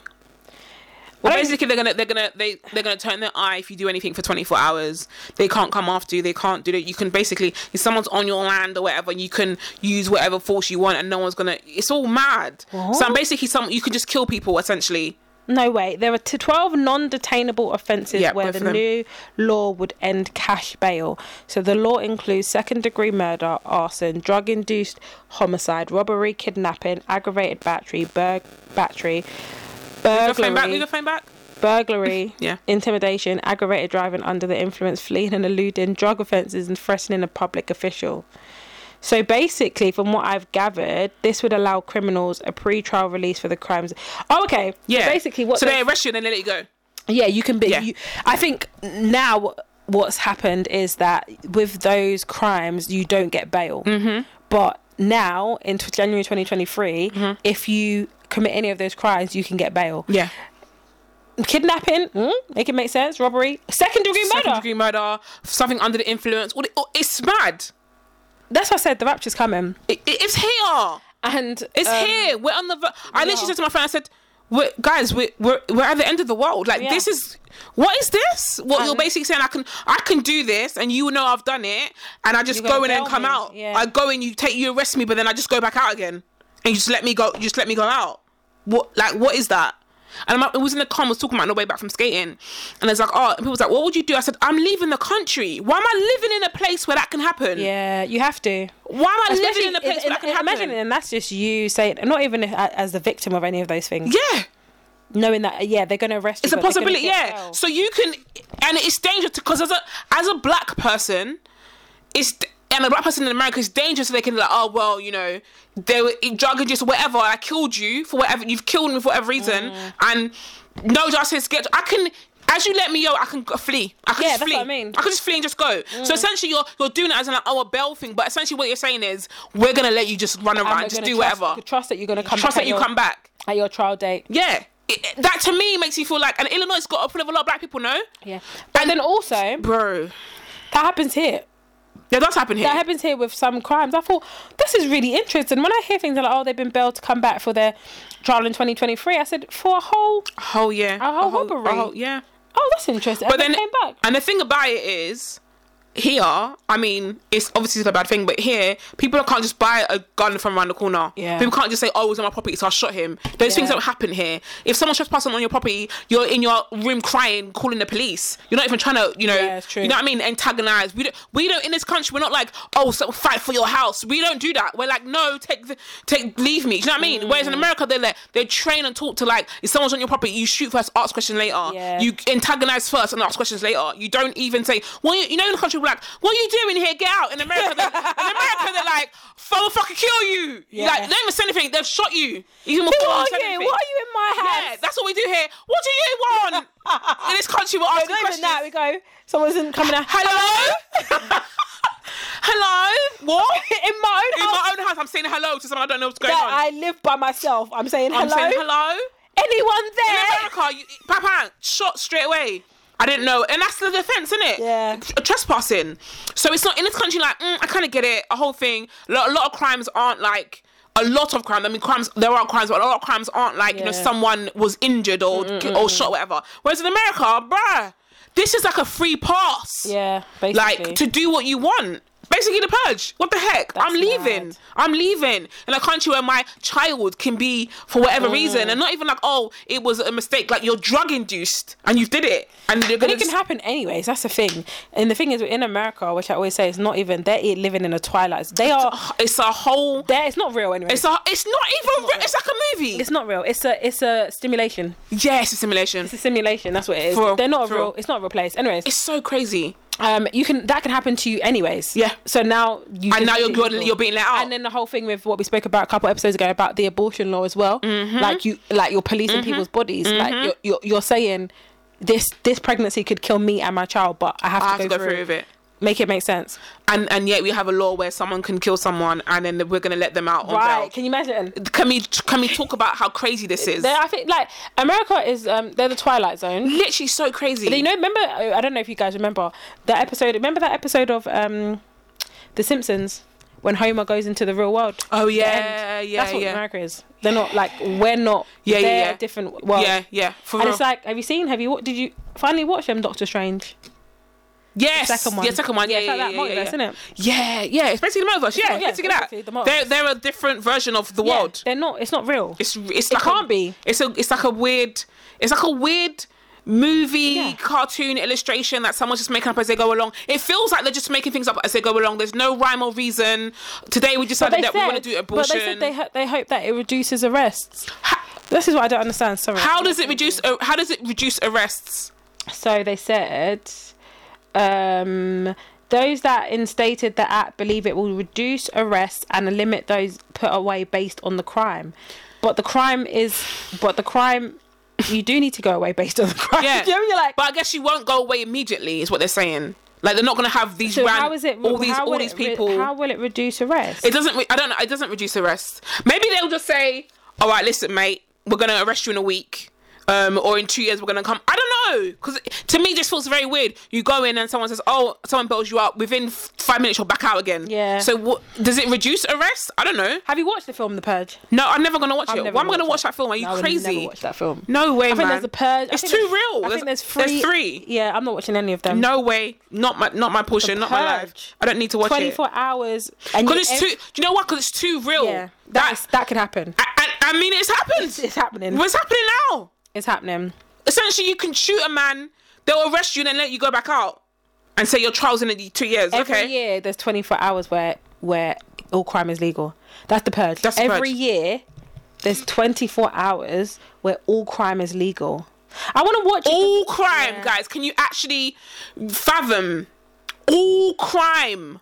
S1: Well,
S2: I don't-
S1: basically, they're gonna they're gonna they they're gonna turn their eye if you do anything for 24 hours. They can't come after you. They can't do that. You can basically if someone's on your land or whatever, you can use whatever force you want, and no one's gonna. It's all mad. So
S2: What?
S1: basically, some you can just kill people essentially.
S2: No way. There are t- 12 non detainable offences
S1: Yeah,
S2: where
S1: both
S2: the
S1: of them.
S2: new law would end cash bail. So the law includes second degree murder, arson, drug induced homicide, robbery, kidnapping, aggravated battery, bur- battery,
S1: Leave your phone back.
S2: burglary,
S1: Leave your phone back.
S2: burglary,
S1: Yeah.
S2: intimidation, aggravated driving under the influence, fleeing and eluding, drug offences, and threatening a public official. So basically, from what I've gathered, this would allow criminals a pre-trial release for the crimes. Oh, okay. So
S1: Yeah.
S2: basically, what
S1: So
S2: they're-
S1: they arrest you and then they let you go.
S2: yeah, you can be.
S1: Yeah.
S2: You, I think now what's happened is that with those crimes, you don't get bail. Mm-hmm. But now, in t- January 2023,
S1: Mm-hmm.
S2: if you commit any of those crimes, you can get bail.
S1: Yeah.
S2: Kidnapping, mm, it can make sense. Robbery, second degree murder.
S1: Second degree murder, something under the influence. All the- oh, It's mad.
S2: That's what I said. The rapture's coming,
S1: It, it- it's here.
S2: and
S1: It's
S2: um,
S1: here. We're on the. ver- I literally
S2: are.
S1: said to my friend, I said, we're, "Guys, we're, we're we're at the end of the world. Like
S2: We
S1: this
S2: are.
S1: is what is this? What you're
S2: And-
S1: basically saying? I can I can do this, and you know I've done it, and I just
S2: You're gonna
S1: go in and
S2: bail
S1: come
S2: me.
S1: out.
S2: Yeah.
S1: I go in, you take you arrest me, but then I just go back out again, and you just let me go. You just let me go out. What like what is that? And I'm, it was in the car. I was talking about on the way back from skating, and it's like, oh, and people was like, what would you do? I said, I'm leaving the country. Why am I living in a place where that can happen?
S2: Yeah, you have to.
S1: Why am I
S2: Especially
S1: living in a place
S2: in-
S1: where that can happen?
S2: imagine, and that's just you saying, not even if- as the victim of any of those things,
S1: Yeah.
S2: knowing that yeah, they're going to arrest you.
S1: It's a
S2: but they're gonna
S1: possibility,
S2: get
S1: yeah.
S2: bail.
S1: So you can, and it's dangerous because as a as a black person, it's d- and a black person in America is dangerous. So they can be like, oh well, you know, they were in drug induced or whatever. I
S2: Mm.
S1: killed you for whatever you've killed me for whatever reason, and no justice. Get I can. as you let me go, I can go- flee. I can
S2: Yeah,
S1: just
S2: that's
S1: flee.
S2: what I mean. Mm.
S1: I can just flee and just go. So essentially, you're you're doing it as an like, oh a bell thing, but essentially what you're saying is we're gonna let you just run
S2: And
S1: around,
S2: we're
S1: just
S2: gonna
S1: do
S2: trust,
S1: whatever.
S2: Trust that you're going to come.
S1: Trust
S2: back
S1: that
S2: at
S1: you
S2: your,
S1: come back.
S2: at your trial date.
S1: Yeah, It- it- that to me makes you feel like, and Illinois's got full of a lot of black people, no,
S2: Yeah, but then also that
S1: bro.
S2: happens here.
S1: That does happen here.
S2: That happens here with some crimes. I thought this is really interesting. When I hear things like, "Oh, they've been bailed to come back for their trial in 2023," I said for a whole.
S1: oh yeah,
S2: A whole robbery.
S1: a whole- yeah.
S2: Oh, that's interesting.
S1: But
S2: But and
S1: then
S2: then came back.
S1: And the thing about it is, here, I mean, it's obviously it's a bad thing, but here, people can't just buy a gun from around the corner.
S2: Yeah.
S1: People can't just say, oh, it was on my property, so I shot him. Those things
S2: Yeah.
S1: don't happen here. If someone trespassing on your property, you're in your room crying, calling the police. You're not even trying to, you know,
S2: Yeah, it's true.
S1: you know what I mean, antagonize. We don't, we don't, in this country, we're not like, oh, so fight for your house. We don't do that. We're like, no, take, the, take, leave me. Do you know what I mean? Whereas
S2: Mm.
S1: in America, they're like, they train and talk to like, if someone's on your property, you shoot first, ask question later.
S2: Yeah.
S1: You antagonize first and ask questions later. You don't even say, "Well, you, you know, in the country, we're like, what are you doing here? Get out!" In America, they in America, they're like, "Fuck, fucking kill you!" Yeah.
S2: Yeah.
S1: Like, they don't even say anything. They've shot you. Even
S2: Who
S1: before
S2: are
S1: you said
S2: you?
S1: anything.
S2: What are you in my house?
S1: Yeah, that's what we do here. What do you want? in this country, we're asking
S2: not even
S1: questions.
S2: that. We go. Someone's in coming out.
S1: Hello. Hello. What?
S2: in my own
S1: In
S2: house.
S1: my own house, I'm saying hello to someone I don't know what's going
S2: that
S1: on.
S2: I live by myself. I'm saying hello.
S1: I'm saying hello.
S2: Anyone
S1: In
S2: there?
S1: America, you, bang, bang, shot straight away. I didn't know, and that's the defense, isn't it?
S2: Yeah.
S1: Tr- Trespassing. So it's not in this country like mm, I kind of get it. A whole thing. Lo- A lot of crimes aren't like a lot of crime. I mean, crimes there are crimes, but a lot of crimes aren't like you know
S2: Yeah.
S1: someone was injured or or shot, whatever. Whereas in America, bruh, this is like a free pass.
S2: Yeah, basically.
S1: Like to do what you want. Basically, the purge. What the heck? I'm leaving.
S2: mad.
S1: I'm leaving in a country where my child can be for whatever
S2: Mm.
S1: reason, and not even like, oh, it was a mistake. Like you're drug induced and you did it, and you're
S2: but
S1: gonna.
S2: it can happen anyways. That's the thing. And the thing is, in America, which I always say, it's not even they're i- living in a twilight. They are.
S1: it's a whole.
S2: There, it's not real anyway.
S1: It's a. It's not even. re- It's like a movie.
S2: It's not real. It's a. It's a stimulation.
S1: yeah, it's a simulation.
S2: It's a simulation. That's what it is.
S1: For-
S2: they're not a
S1: for-
S2: real. It's not a real place. Anyways,
S1: It's so crazy.
S2: um, you can that can happen to you anyways.
S1: Yeah.
S2: So now you
S1: And now you're
S2: good.
S1: you're, you're being let out.
S2: and then the whole thing with what we spoke about a couple episodes ago about the abortion law as well
S1: Mm-hmm.
S2: like you like you're policing people's bodies like you're, you're, you're saying this this pregnancy could kill me and my child but i have to,
S1: I have
S2: go,
S1: to go
S2: through,
S1: through with it.
S2: make it make sense
S1: And and yet we have a law where someone can kill someone, and then we're gonna let them out. On
S2: right
S1: bail.
S2: can you imagine
S1: Can we can we talk about how crazy this is?
S2: they i think like america is um they're the twilight zone
S1: literally so crazy.
S2: you know remember i don't know if you guys remember that episode remember that episode of um the simpsons when homer goes into the real world
S1: Oh
S2: The
S1: yeah,
S2: end.
S1: yeah,
S2: that's what
S1: yeah.
S2: america is they're not like we're not
S1: Yeah, yeah,
S2: they're
S1: yeah.
S2: a different world
S1: yeah, yeah, for
S2: and
S1: real.
S2: it's like, have you seen? Have you? What did you finally watch them? Doctor Strange.
S1: yes,
S2: second one.
S1: yeah, second one, yeah,
S2: Yeah, it's
S1: yeah,
S2: like
S1: yeah,
S2: that multiverse,
S1: yeah, yeah.
S2: isn't it?
S1: Yeah, yeah, it's basically the multiverse. Yeah,
S2: not- yeah,
S1: basically that.
S2: basically the multiverse.
S1: They're they're a different version of the world.
S2: they're not. It's not real.
S1: It's it's like
S2: can't
S1: a,
S2: be.
S1: It's a it's like a weird it's like a weird movie
S2: Yeah.
S1: cartoon illustration that someone's just making up as they go along. It feels like they're just making things up as they go along. There's no rhyme or reason. Today we decided that we want to do
S2: but
S1: abortion.
S2: they said they ho- they hope that it reduces arrests.
S1: how,
S2: This is what I don't understand. Sorry.
S1: how does it reduce? Uh, how does it reduce arrests?
S2: So they said, um, those that instated the act believe it will reduce arrests and limit those put away based on the crime. But the crime is, but the crime, you do need to go away based on the crime.
S1: Yeah.
S2: You know, you're like,
S1: But I guess she won't go away immediately, is what they're saying. Like they're not going to have these
S2: so
S1: ran-
S2: how is it?
S1: all these
S2: how
S1: all
S2: will
S1: these
S2: it re-
S1: people.
S2: how will it reduce arrests?
S1: It doesn't. Re- I don't know. It doesn't reduce arrest. Maybe they'll just say, "All right, listen, mate, we're going to arrest you in a week." Um, or in two years we're gonna come. I don't know, because to me this feels very weird. You go in and someone says, "Oh, someone bails you out." Within f- five minutes, you're back out again.
S2: Yeah.
S1: So what does it reduce arrest? I don't know.
S2: Have you watched the film The Purge?
S1: No, I'm never gonna watch it.
S2: never
S1: Why am I gonna watch
S2: watched it.
S1: that film? Are you
S2: No, I would
S1: crazy?
S2: never watched that film.
S1: No way,
S2: I think
S1: man.
S2: there's the purge. I
S1: It's
S2: think
S1: too
S2: there's-
S1: real.
S2: I think there's three.
S1: There's three.
S2: Yeah, I'm not watching any of them.
S1: No way. Not my not my portion. Not my life.
S2: Purge.
S1: I don't need to watch it.
S2: 24 hours. And you-
S1: Because it's
S2: every-
S1: too. Do you know what? Because it's too real.
S2: Yeah, that
S1: that.
S2: is, that could happen.
S1: I, I, I mean, it's happened.
S2: It's, it's happening.
S1: What's happening now?
S2: It's happening.
S1: Essentially, you can shoot a man. They'll arrest you and then let you go back out, and say your trial's in the two years.
S2: Every
S1: okay.
S2: year, there's 24 hours where where all crime is legal. That's the purge.
S1: That's the
S2: every
S1: purge.
S2: year. There's 24 hours where all crime is legal. I want to watch. it 'cause-
S1: All crime, guys. Can you actually fathom all crime?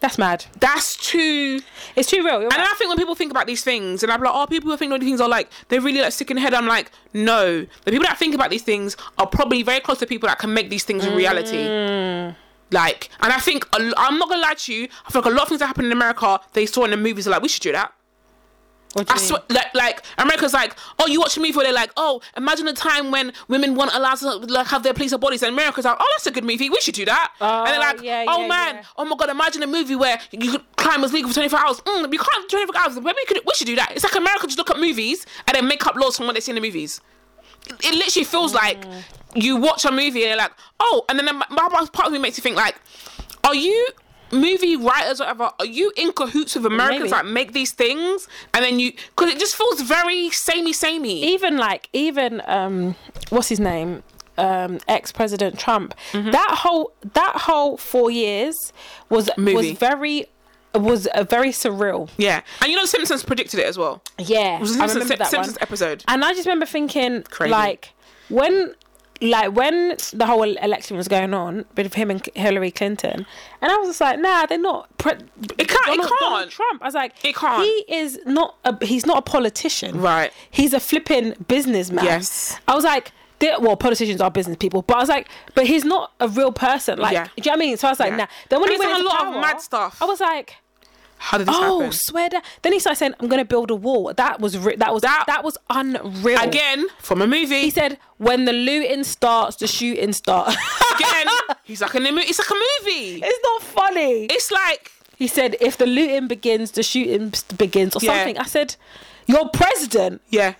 S2: That's mad.
S1: That's too.
S2: It's too real. You're
S1: And
S2: right.
S1: I think when people think about these things, and I'm like, oh, people who think about these things are like they're really like sick in the head. I'm like, no, the people that think about these things are probably very close to people that can make these things a reality. Like, and I think a l- I'm not gonna lie to you. I feel like a lot of things that happen in America, they saw in the movies, are like, we should do that.
S2: What do
S1: I
S2: you mean?
S1: swear, like, like America's like, oh, you watch a movie where they're like, oh, imagine a time when women weren't allowed to like have their police or bodies, and America's like, oh, that's a good movie, we should do that.
S2: Oh,
S1: and they're like,
S2: yeah,
S1: oh
S2: yeah,
S1: man,
S2: yeah.
S1: oh my god, imagine a movie where you could climb was legal for 24 hours. Mm, you can't do 24 hours, but maybe we could, we should do that. It's like America just look at movies and then make up laws from what they see in the movies. It, it literally feels like
S2: Mm.
S1: you watch a movie and they're like, oh, and then the- my, my part of me makes you think like, are you? Movie writers, whatever, are you in cahoots with
S2: Maybe.
S1: Americans like make these things and then you because it just feels very samey samey
S2: even like even um what's his name um ex-president trump
S1: Mm-hmm.
S2: that whole that whole four years was was
S1: Movie.
S2: very was a very surreal
S1: yeah and you know simpsons predicted it as well
S2: yeah
S1: It was a
S2: i
S1: simpsons,
S2: remember that
S1: simpsons
S2: one
S1: episode
S2: and i just remember thinking
S1: Crazy.
S2: like when like when the whole election was going on with him and Hillary Clinton, and I was just like, "Nah, they're not." Pre-
S1: It can't- it
S2: Donald, Donald
S1: can't.
S2: Trump. I was like,
S1: It can't.
S2: He is not a he's not a politician,
S1: Right.
S2: He's a flipping businessman.
S1: Yes.
S2: I was like, they- well, politicians are business people, but I was like, but he's not a real person. Like,
S1: Yeah.
S2: do you know what I mean? So I was like,
S1: Yeah.
S2: nah. Then when
S1: And
S2: he went
S1: he's done a
S2: into
S1: lot of
S2: power,
S1: mad stuff.
S2: I was like,
S1: how did this
S2: oh,
S1: happen
S2: swear to. Then he started saying, I'm gonna build a wall. That was ri- that was
S1: That-
S2: that, was unreal.
S1: again from a movie
S2: he said, when the looting starts, the shooting starts.
S1: again he's like in a movie it's like a movie
S2: it's not funny.
S1: it's like
S2: he said, if the looting begins, the shooting s- begins, or
S1: Yeah.
S2: something. I said, you're president,
S1: yeah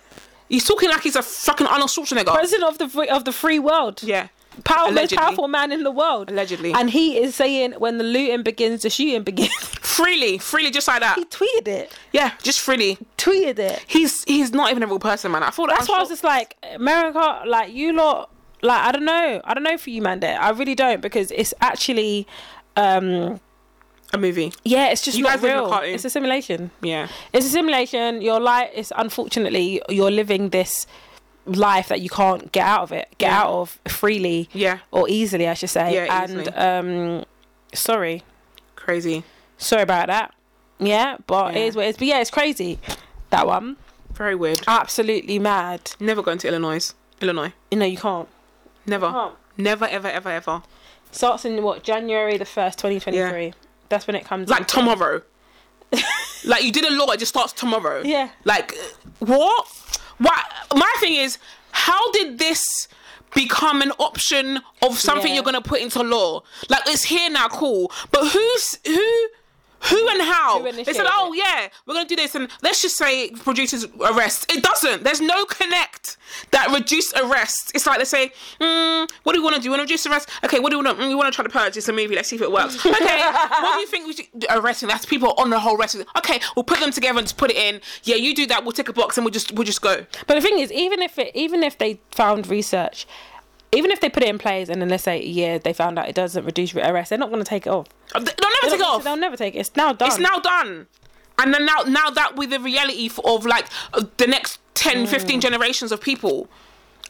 S1: he's talking like he's a fucking Arnold Schwarzenegger
S2: president of the free, of the free world.
S1: yeah
S2: power, most
S1: Allegedly.
S2: powerful man in the world.
S1: Allegedly.
S2: And he is saying when the looting begins, the shooting begins.
S1: freely freely just like that
S2: he tweeted it.
S1: yeah just freely
S2: Tweeted it.
S1: he's he's not even a real person man I thought
S2: That's why I was just like, America, like you lot, like I don't know. I don't know for you, man. There, I really don't because it's actually um
S1: a movie
S2: yeah it's just
S1: You
S2: not
S1: guys live in a
S2: real
S1: cartoon.
S2: it's a simulation
S1: yeah
S2: it's a simulation your life is unfortunately you're living this life that you can't get out of it get
S1: Yeah.
S2: out of freely
S1: yeah
S2: or easily i should say
S1: Yeah,
S2: and
S1: easily.
S2: um sorry
S1: crazy
S2: Sorry about that. Yeah, but
S1: Yeah.
S2: it is what it is. But yeah, it's crazy. That one.
S1: very weird
S2: Absolutely mad.
S1: never going to Illinois Illinois
S2: You know, you can't.
S1: never
S2: Can't.
S1: never ever ever ever
S2: Starts in what, January the 1st, 2023. That's when it comes
S1: like
S2: in.
S1: tomorrow. like you did a law, it just starts tomorrow.
S2: Yeah.
S1: Like what? Why? My thing is, how did this become an option of something
S2: Yeah.
S1: you're gonna put into law? Like it's here now, cool. But who's who? Who and how?
S2: Who
S1: they
S2: initiated
S1: said, "Oh
S2: it?
S1: yeah, we're gonna do this," and let's just say producers arrest. It doesn't. There's no connect that reduce arrest. It's like they say, mm, "What do we want to do? We want to reduce arrest? Okay, what do we want? Mm, we want to try to purchase a movie. Let's see if it works. Okay, what do you think we should arresting? That's people on the whole arresting. Okay, we'll put them together and just put it in. Yeah, you do that. We'll take a box and we'll just we'll just go.
S2: But the thing is, even if it, even if they found research, even if they put it in place and then let's say, yeah, they found out it doesn't reduce arrest, they're not going to take it off.
S1: They'll never take it off.
S2: They'll never take it. It's now done.
S1: It's now done. And then now, now that with the reality f- of like uh, the next 10, 15 generations of people,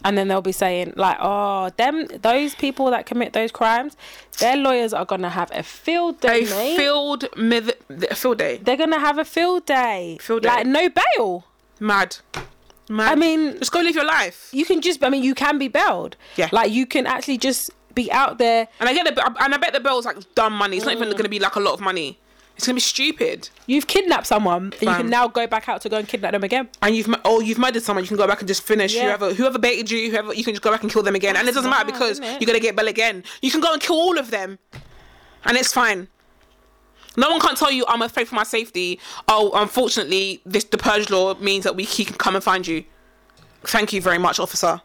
S2: and then they'll be saying like oh them those people that commit those crimes their lawyers are gonna have a field day
S1: a
S2: mate.
S1: field mid- a field day,
S2: they're gonna have a field day
S1: Field day.
S2: like no bail
S1: mad, mad.
S2: I mean-
S1: just go live your life.
S2: you can just i mean you can be bailed
S1: Yeah.
S2: like you can actually just be out there
S1: And I get the, b- and I bet the bill's like dumb money. It's not
S2: Mm.
S1: even going to be like a lot of money. It's going to be stupid.
S2: you've kidnapped someone and you
S1: Fam.
S2: can now go back out to go and kidnap them again
S1: and you've mu- or you've murdered someone, you can go back and just finish
S2: Yeah.
S1: whoever whoever baited you, whoever you can just go back and kill them again, and it doesn't matter
S2: mad,
S1: because
S2: isn't it?
S1: you're gonna get Bell again. You can go and kill all of them, and it's fine. No one can't tell you I'm afraid for my safety. Oh, unfortunately, this the purge law means that we he can come and find you. Thank you very much, officer.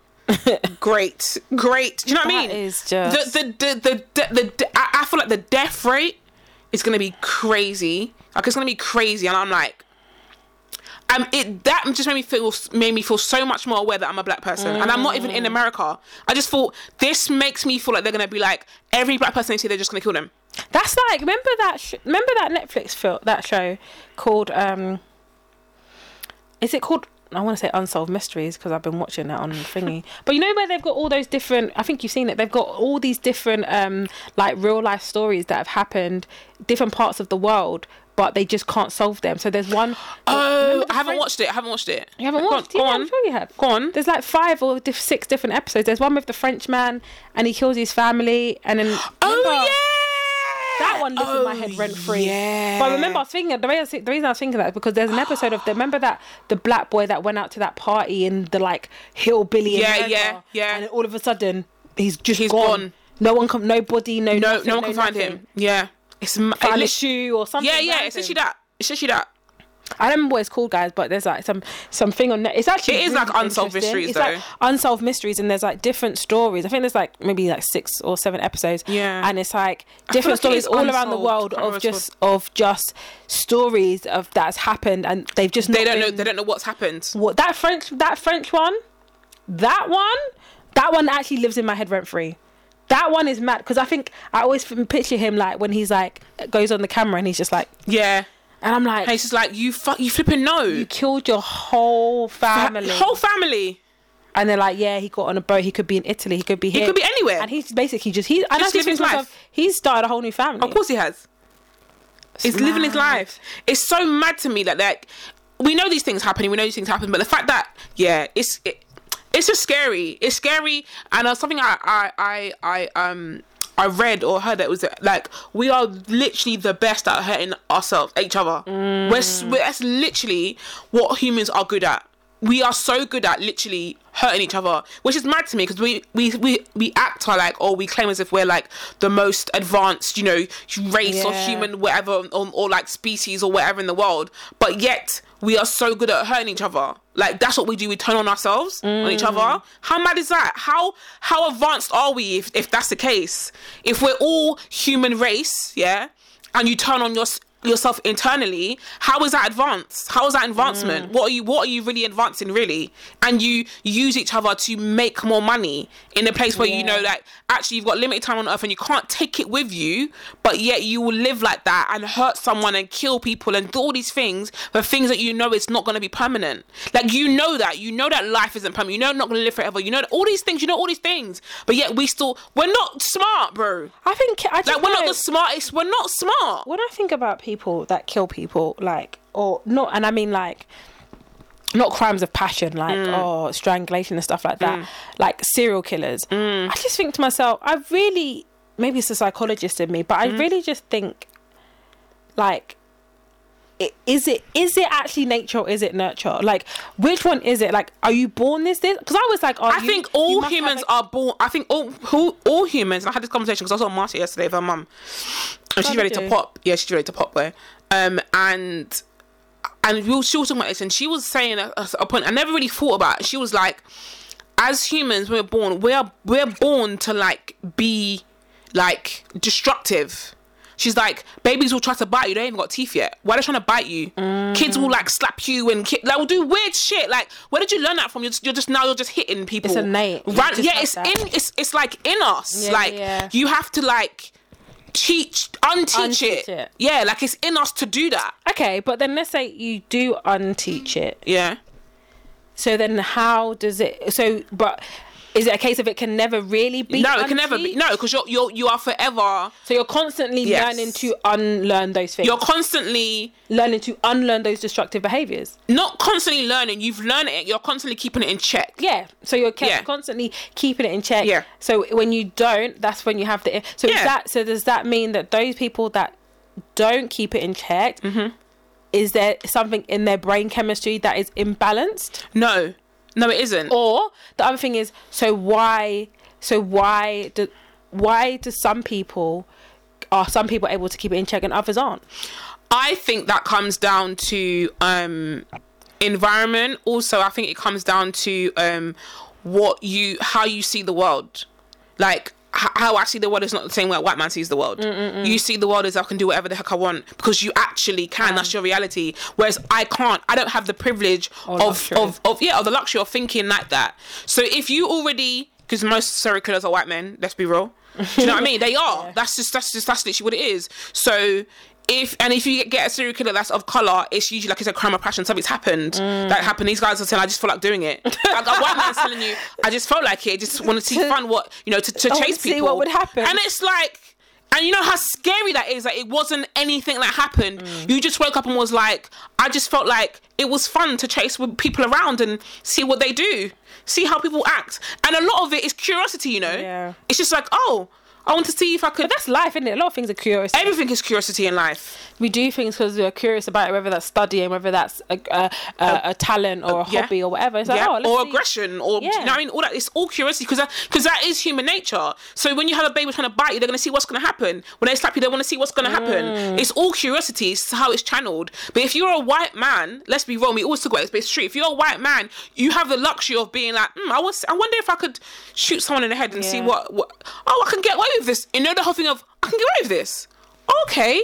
S1: great, great. Do you know what I mean?
S2: That is just-
S1: the the the the, the, the I, I feel like the death rate is gonna be crazy. Like it's gonna be crazy, and I'm like, um, it that just made me feel made me feel so much more aware that I'm a black person, and I'm not even
S2: Mm.
S1: in America. I just thought this makes me feel like they're gonna be like every black person they see, they're just gonna kill them.
S2: that's like remember that sh- remember that netflix film that show called um is it called I want to say unsolved mysteries because I've been watching that on thingy. But you know where they've got all those different. I think you've seen it. They've got all these different, um, like real life stories that have happened, different parts of the world, but they just can't solve them. So there's one.
S1: Oh,
S2: Remember the
S1: I haven't
S2: French-
S1: watched it. I haven't watched it.
S2: You haven't watched?
S1: Go
S2: yeah,
S1: on.
S2: I'm sure you have. Go on. There's like five or diff- six different episodes. There's one with the French man and he kills his family, and then remember-
S1: Oh yeah.
S2: that one lives in my head
S1: Oh,
S2: rent free.
S1: Yeah.
S2: But I remember, I was thinking the, way I was, the reason I was thinking that is because there's an episode of the remember that the black boy that went out to that party in the like hillbilly. in
S1: Yeah,
S2: America,
S1: yeah, yeah.
S2: And then all of a sudden, he's just
S1: He's
S2: gone.
S1: gone.
S2: No one can, no body, no
S1: no,
S2: nothing,
S1: no one can find
S2: nothing.
S1: him. Yeah. It's ma-
S2: Found a
S1: lit-
S2: shoe or something.
S1: yeah, yeah. It's
S2: random.
S1: actually that. It's actually that.
S2: I don't remember what it's called, guys, but there's like some something on. Net. It's actually
S1: It is, like, unsolved
S2: interesting.
S1: mysteries,
S2: It's like unsolved mysteries, and there's like different stories. I think there's like maybe like six or seven episodes.
S1: Yeah.
S2: and it's like
S1: feel
S2: different
S1: like it is
S2: stories all around the
S1: unsolved.
S2: world
S1: I can't remember
S2: of
S1: what it's
S2: just of just stories of that's happened, and they've just
S1: They
S2: not
S1: don't know.
S2: been-
S1: They don't know what's happened.
S2: what that French that French one, that one, that one actually lives in my head rent free. That one is mad because I think I always f- picture him like when he's like goes on the camera and he's just like,
S1: Yeah.
S2: and I'm like,
S1: And it's just like you. Fuck. You flipping know.
S2: you killed your whole family.
S1: Whole family.
S2: and they're like, yeah, he got on a boat. He could be in Italy. He could be here.
S1: could be anywhere.
S2: And he's basically just he. And
S1: Just
S2: I just
S1: living
S2: think to
S1: his
S2: myself, he's started a whole new family.
S1: Of course he has. He's living his life. It's so mad to me that like we know these things happening, we know these things happen, but the fact that yeah, it's it, it's just scary. It's scary, and uh, something I I I I um. I read or heard that was uh, like we are literally the best at hurting ourselves, each other. We're, s- we're that's literally what humans are good at. We are so good at literally hurting each other, which is mad to me because we, we we we act are like or we claim as if we're like the most advanced, you know, race or
S2: Yeah.
S1: human whatever or, or like species or whatever in the world but yet we are so good at hurting each other like that's what we do we turn on ourselves on each other how mad is that how how advanced are we if, if that's the case if we're all human race yeah and you turn on your yourself internally how is that advanced how is that advancement what are you what are you really advancing really and you use each other to make more money in a place where you know
S2: Yeah.
S1: that actually you've got limited time on earth and you can't take it with you but yet you will live like that and hurt someone and kill people and do all these things for things that you know it's not going to be permanent like you know that you know that life isn't permanent you know you're not going to live forever you know that all these things you know all these things but yet we still we're not smart bro
S2: I think I just
S1: like we're not
S2: know-
S1: the smartest we're not smart
S2: when I think about people that kill people, like or not, and I mean like not crimes of passion, like
S1: Mm.
S2: or strangulation and stuff like that, like serial killers.
S1: Mm.
S2: I just think to myself, I really maybe it's the psychologist in me, but
S1: Mm.
S2: I really just think like. i- Is it is it actually nature or is it nurture? Like, which one is it? Like, are you born this? This? Because I was like, oh,
S1: I
S2: you-
S1: think
S2: you
S1: all
S2: must have
S1: humans
S2: a-
S1: are born. I think all who all humans. And I had this conversation because I was on Marty yesterday with her mum, and
S2: Oh,
S1: she's ready
S2: did
S1: to
S2: you?
S1: pop. Yeah, she's ready to pop there. Um, and and we were, she was talking about this, and she was saying a, a- a point I never really thought about. She was like, as humans, when we're born, we're we're born to like be like destructive. She's like, babies will try to bite you. They ain't even got teeth yet. Why are they trying to bite you? Kids will like slap you and ki- like will do weird shit. Like, where did you learn that from? You're just, you're just now you're just hitting people.
S2: It's innate. You
S1: Right?
S2: just
S1: Yeah,
S2: have
S1: it's
S2: that.
S1: in. It's it's like in us.
S2: Yeah,
S1: like
S2: yeah.
S1: you have to like teach, unteach,
S2: Unteach
S1: it.
S2: it.
S1: Yeah, like it's in us to do that.
S2: okay, but then let's say you do unteach it.
S1: Yeah.
S2: So then, how does it? So, but is it a case of it can never really be?
S1: No, it can never be.
S2: unteach?
S1: No, because you're you're you are forever.
S2: So you're constantly
S1: Yes.
S2: learning to unlearn those things.
S1: You're constantly
S2: learning to unlearn those destructive behaviors.
S1: not constantly learning. You've learned it. You're constantly keeping it in check.
S2: Yeah. So you're kept
S1: Yeah.
S2: constantly keeping it in check.
S1: Yeah.
S2: So when you don't, that's when you have the. So is
S1: Yeah.
S2: that. So does that mean that those people that don't keep it in check?
S1: Mm-hmm.
S2: Is there something in their brain chemistry that is imbalanced?
S1: No, no, it isn't.
S2: or the other thing is so why so why do why do some people are some people able to keep it in check and others aren't
S1: I think that comes down to um, environment. Also, I think it comes down to um, what you, how you see the world. Like h- how I see the world is not the same way a white man sees the world.
S2: Mm,
S1: You see the world as I can do whatever the heck I want because you actually can. That's your reality. Whereas I can't. I don't have the privilege
S2: Oh,
S1: of,
S2: luxury.
S1: of of yeah of the luxury of thinking like that. So if you already because most serial killers are white men. Let's be real. Do you know what I mean? They are. That's just that's just that's literally what it is. So if and if you get a serial killer that's of color, it's usually like it's a crime of passion. Something's happened
S2: Mm.
S1: that happened. These guys are saying, "I just feel like doing it." like a white man's telling you, "I just felt like it. I just want to see fun. What you know to, to
S2: wanna
S1: chase
S2: see
S1: people.
S2: what would happen.
S1: And it's like, and you know how scary that is. Like it wasn't anything that happened.
S2: Mm.
S1: You just woke up and was like, "I just felt like it was fun to chase with people around and see what they do, see how people act." And a lot of it is curiosity. You know,
S2: Yeah.
S1: it's just like, oh, I want to see if I could.
S2: That's life, isn't it? A lot of things are curious.
S1: Everything is curiosity in life.
S2: we do things because we're curious about it, whether that's studying, whether that's a, a, a, a talent or a
S1: Oh. yeah.
S2: hobby or whatever. It's like,
S1: yeah,
S2: oh, let's
S1: or
S2: see.
S1: aggression, or do you
S2: Yeah.
S1: know what I mean, all that. It's all curiosity because because that is human nature. So when you have a baby trying to bite you, they're going to see what's going to happen. When they slap you, they want to see what's going to happen.
S2: Mm.
S1: It's all curiosity. It's how it's channeled. But if you're a white man, let's be wrong. We always talk about this, but it's true. If you're a white man, you have the luxury of being like, mm, I was. I wonder if I could shoot someone in the head and see
S2: Yeah.
S1: what, what. Oh, I can get away with this. You know the whole thing of I can get away with this. Okay.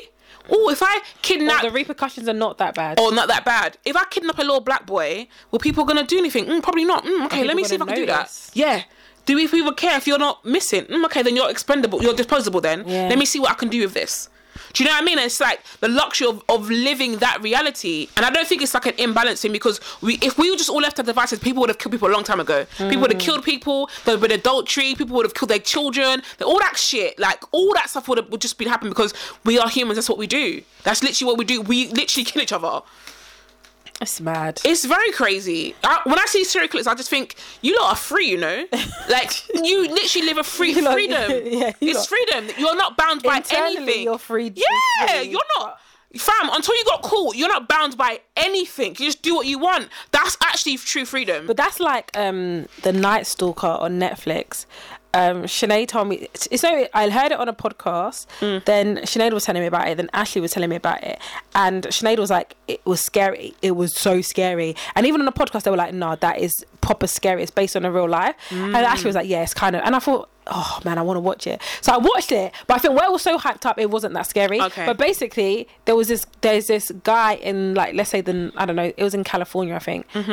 S1: Oh, if I
S2: Well,
S1: kidnap
S2: the repercussions are not that bad.
S1: or not that bad. If I kidnap a little black boy, were people gonna do anything? Mm, probably not. Mm, okay, let me
S2: people
S1: see if I
S2: gonna
S1: can do that.
S2: notice?
S1: Yeah. Do we people care if you're not missing? Mm, okay, then you're expendable. You're disposable. Then
S2: Yeah.
S1: let me see what I can do with this. Do you know what I mean? It's like the luxury of, of living that reality, and I don't think it's like an imbalance thing because we, if we were just all left to our devices, people would have killed people a long time ago. People
S2: Mm.
S1: would have killed people. There would have been adultery. People would have killed their children. All that shit, like all that stuff, would have, would just be happening because we are humans. That's what we do. That's literally what we do. We literally kill each other.
S2: It's mad.
S1: It's very crazy. I, when I see serial killers, I just think you lot are free. You know, like you literally live a free
S2: You lot-
S1: freedom.
S2: yeah, you
S1: it's
S2: lot-
S1: freedom. You're not bound by
S2: Internally,
S1: anything.
S2: you're free to
S1: Yeah,
S2: do
S1: you're not. Fam, until you got caught, you're not bound by anything. You just do what you want. That's actually true freedom.
S2: But that's like um, the Night Stalker on Netflix. Um, Sinead told me so I heard it on a podcast. Then Sinead was telling me about it. Then Ashley was telling me about it, and Sinead was like, "It was scary. It was so scary." And even on the podcast, they were like, "No, that is proper scary. It's based on a real life." And Ashley was like, "Yeah, it's kind of." And I thought, "Oh man, I want to watch it." So I watched it, but I think where it was so hyped up, it wasn't that scary.
S1: Okay.
S2: But basically there was this there's this guy in like let's say the i don't know it was in california i think
S1: Mm-hmm.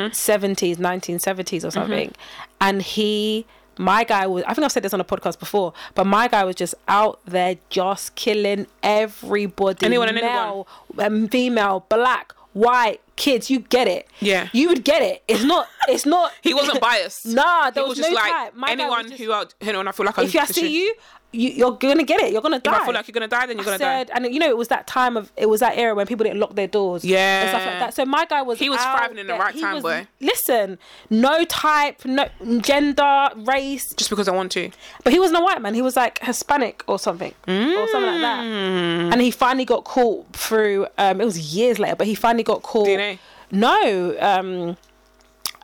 S2: 70s 1970s or something and he my guy was i think i've said this on a podcast before but my guy was just out there just killing everybody
S1: Anyone and
S2: male and female black white kids you get it
S1: Yeah.
S2: you would get it it's not it's not
S1: he wasn't biased.
S2: Nah, there
S1: he
S2: was
S1: just
S2: no
S1: like
S2: type. My guy was
S1: anyone
S2: just-
S1: who out, anyone I feel like I
S2: if i
S1: should-
S2: see you, you you're gonna get it you're gonna die
S1: If I feel like you're gonna die, then you're gonna die.
S2: said, and you know, it was that time of it was that era when people didn't lock their doors,
S1: Yeah.
S2: and stuff like that. So my guy was
S1: He was
S2: out
S1: thriving in the
S2: there.
S1: right
S2: He
S1: time,
S2: was-
S1: boy.
S2: Listen, no type, no gender, race,
S1: Just because I want to.
S2: but he wasn't a white man. He was like Hispanic or something, or something like that.
S1: Mm.
S2: And he finally got caught through. Um, it was years later, but he finally got caught.
S1: DNA?
S2: No. Um,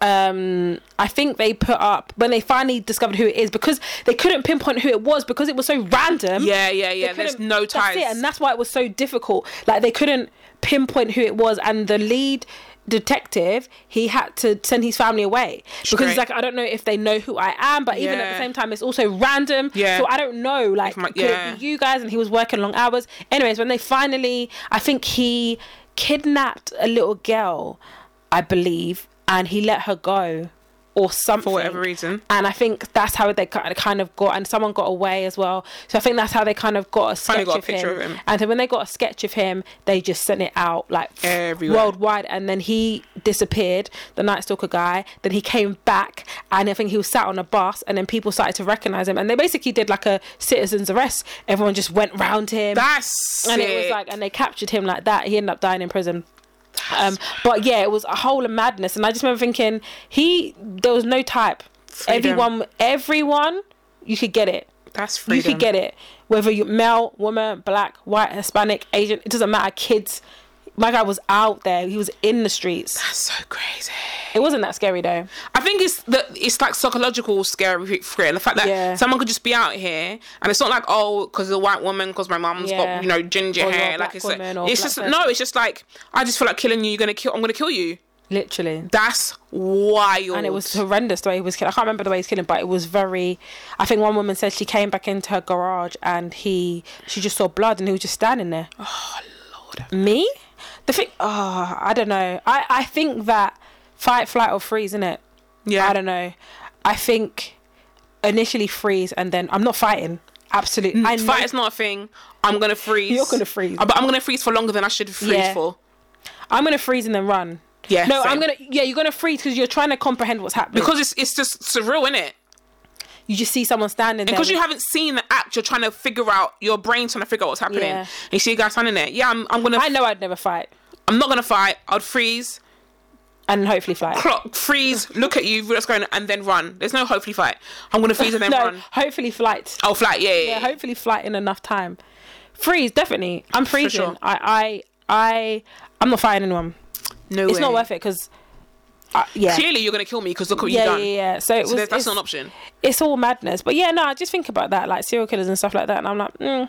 S2: um, I think they put up when they finally discovered who it is because they couldn't pinpoint who it was because it was so random.
S1: Yeah, yeah, yeah.
S2: They
S1: There's
S2: couldn't-
S1: no
S2: That's
S1: ties.
S2: it, and that's why it was so difficult. Like they couldn't pinpoint who it was, and the lead detective he had to send his family away because
S1: Straight.
S2: he's like, I don't know if they know who I am, but even at
S1: Yeah.
S2: the same time, it's also random.
S1: Yeah.
S2: So I don't know. Like,
S1: my-
S2: could it be
S1: yeah.
S2: you guys, and he was working long hours. Anyways, when they finally, I think he kidnapped a little girl, I believe, and he let her go. Or something
S1: whatever reason.
S2: and I think that's how they ki- kind of got, and someone got away as well. So I think that's how they kind of got a sketch
S1: got a
S2: of,
S1: picture
S2: him.
S1: of him.
S2: And so when they got a sketch of him, they just sent it out like
S1: Everywhere.
S2: worldwide. And then he disappeared, the Night Stalker guy. Then he came back, and I think he was sat on a bus, and then people started to recognize him, and they basically did like a citizen's arrest. Everyone just went round him,
S1: That's
S2: and it was
S1: sick.
S2: like, and they captured him like that. He ended up dying in prison. Um, but yeah, it was a whole of madness, and I just remember thinking he there was no type.
S1: Freedom.
S2: Everyone, everyone, you could get it.
S1: that's
S2: You
S1: freedom.
S2: could get it. Whether you male, woman, black, white, Hispanic, Asian, it doesn't matter. Kids, my guy was out there. He was in the streets.
S1: That's so crazy.
S2: It wasn't that scary though.
S1: I think it's the it's like psychological scary fear. The fact that
S2: Yeah.
S1: someone could just be out here and it's not like oh because a white woman because my mum's
S2: Yeah.
S1: got you know ginger
S2: Or you're a
S1: hair like
S2: black
S1: it's
S2: woman
S1: like
S2: or
S1: it's
S2: black
S1: just
S2: person.
S1: no it's just like I just feel like killing you you're gonna kill I'm gonna kill you.
S2: Literally.
S1: That's wild.
S2: and it was horrendous the way he was killing. I can't remember the way he was killing, but it was very. I think one woman said she came back into her garage and he, she just saw blood and he was just standing there. Oh lord. Me, the thing. Oh, I don't know. I I think that fight, flight, or freeze, isn't it?
S1: yeah.
S2: I don't know. I think initially freeze and then I'm not fighting. Absolutely.
S1: Mm,
S2: I know.
S1: Fight's not a thing. I'm gonna freeze.
S2: You're gonna freeze.
S1: Uh, But I'm gonna freeze for longer than I should freeze
S2: Yeah.
S1: for.
S2: I'm gonna freeze and then run.
S1: Yeah.
S2: No, I'm
S1: same.
S2: gonna. Yeah, you're gonna freeze because you're trying to comprehend what's happening.
S1: because it's it's just surreal, isn't it?
S2: you just see someone standing there.
S1: Because you
S2: with-
S1: haven't seen the act, you're trying to figure out your brain trying to figure out what's happening.
S2: Yeah.
S1: And you see a guy standing there. Yeah, I'm, I'm gonna.
S2: I know I'd never fight
S1: I'm not gonna fight. I'd freeze,
S2: and hopefully fight.
S1: clock, freeze, look at you, realize what's going, on, and then run. There's no hopefully fight. I'm gonna freeze and then
S2: no,
S1: run.
S2: hopefully flight.
S1: Oh, flight. Yeah, yeah.
S2: Yeah,
S1: yeah.
S2: hopefully flight in enough time. Freeze, definitely. I'm freezing.
S1: sure.
S2: I, I, I, I'm not fighting anyone.
S1: no,
S2: It's
S1: way.
S2: not worth it because, uh, yeah.
S1: Clearly, you're gonna kill me because look what you've
S2: yeah, yeah,
S1: done.
S2: yeah. So it
S1: So
S2: was.
S1: that- that's
S2: it's,
S1: not an option.
S2: it's all madness. But yeah, no, I just think about that, like serial killers and stuff like that, and I'm like, mm.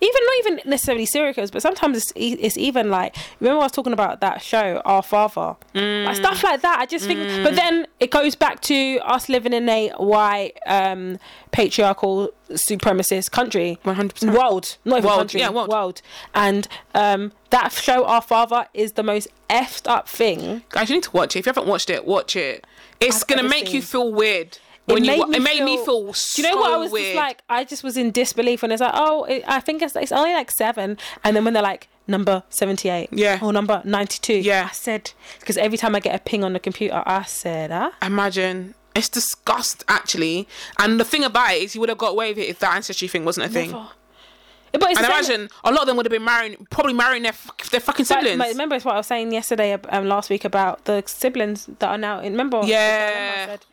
S2: even not even necessarily serial killers, but sometimes it's e- it's even like remember I was talking about that show, Our Father,
S1: Mm.
S2: like stuff like that. I just think, but then it goes back to us living in a white um, patriarchal supremacist country,
S1: 100%.
S2: world, not even
S1: World,
S2: country,
S1: yeah, world.
S2: and um, that show, Our Father, is the most effed up thing.
S1: Guys, you need to watch it. If you haven't watched it, watch it. It's
S2: I've
S1: gonna
S2: never
S1: make you
S2: seen-
S1: feel weird. When you,
S2: made
S1: wa-
S2: me
S1: it made me
S2: feel-
S1: feel.
S2: Do you know what
S1: so
S2: I was
S1: weird.
S2: just like? I just was in disbelief when it's like, oh, it, I think it's, it's only like seven, and then when they're like number seventy-eight,
S1: Yeah.
S2: or number ninety-two,
S1: Yeah.
S2: I said because every time I get a ping on the computer, I said, ah,
S1: Imagine. It's disgust, actually. And the thing about it is, you would have got away with it if that ancestry thing wasn't a thing.
S2: Never. but it's
S1: And
S2: the same-
S1: imagine a lot of them would have been marrying, probably marrying their f- their fucking
S2: But-
S1: siblings.
S2: but remember, it's what I was saying yesterday, ab- um, last week about the siblings that are now in. Remember,
S1: Yeah.
S2: I, said-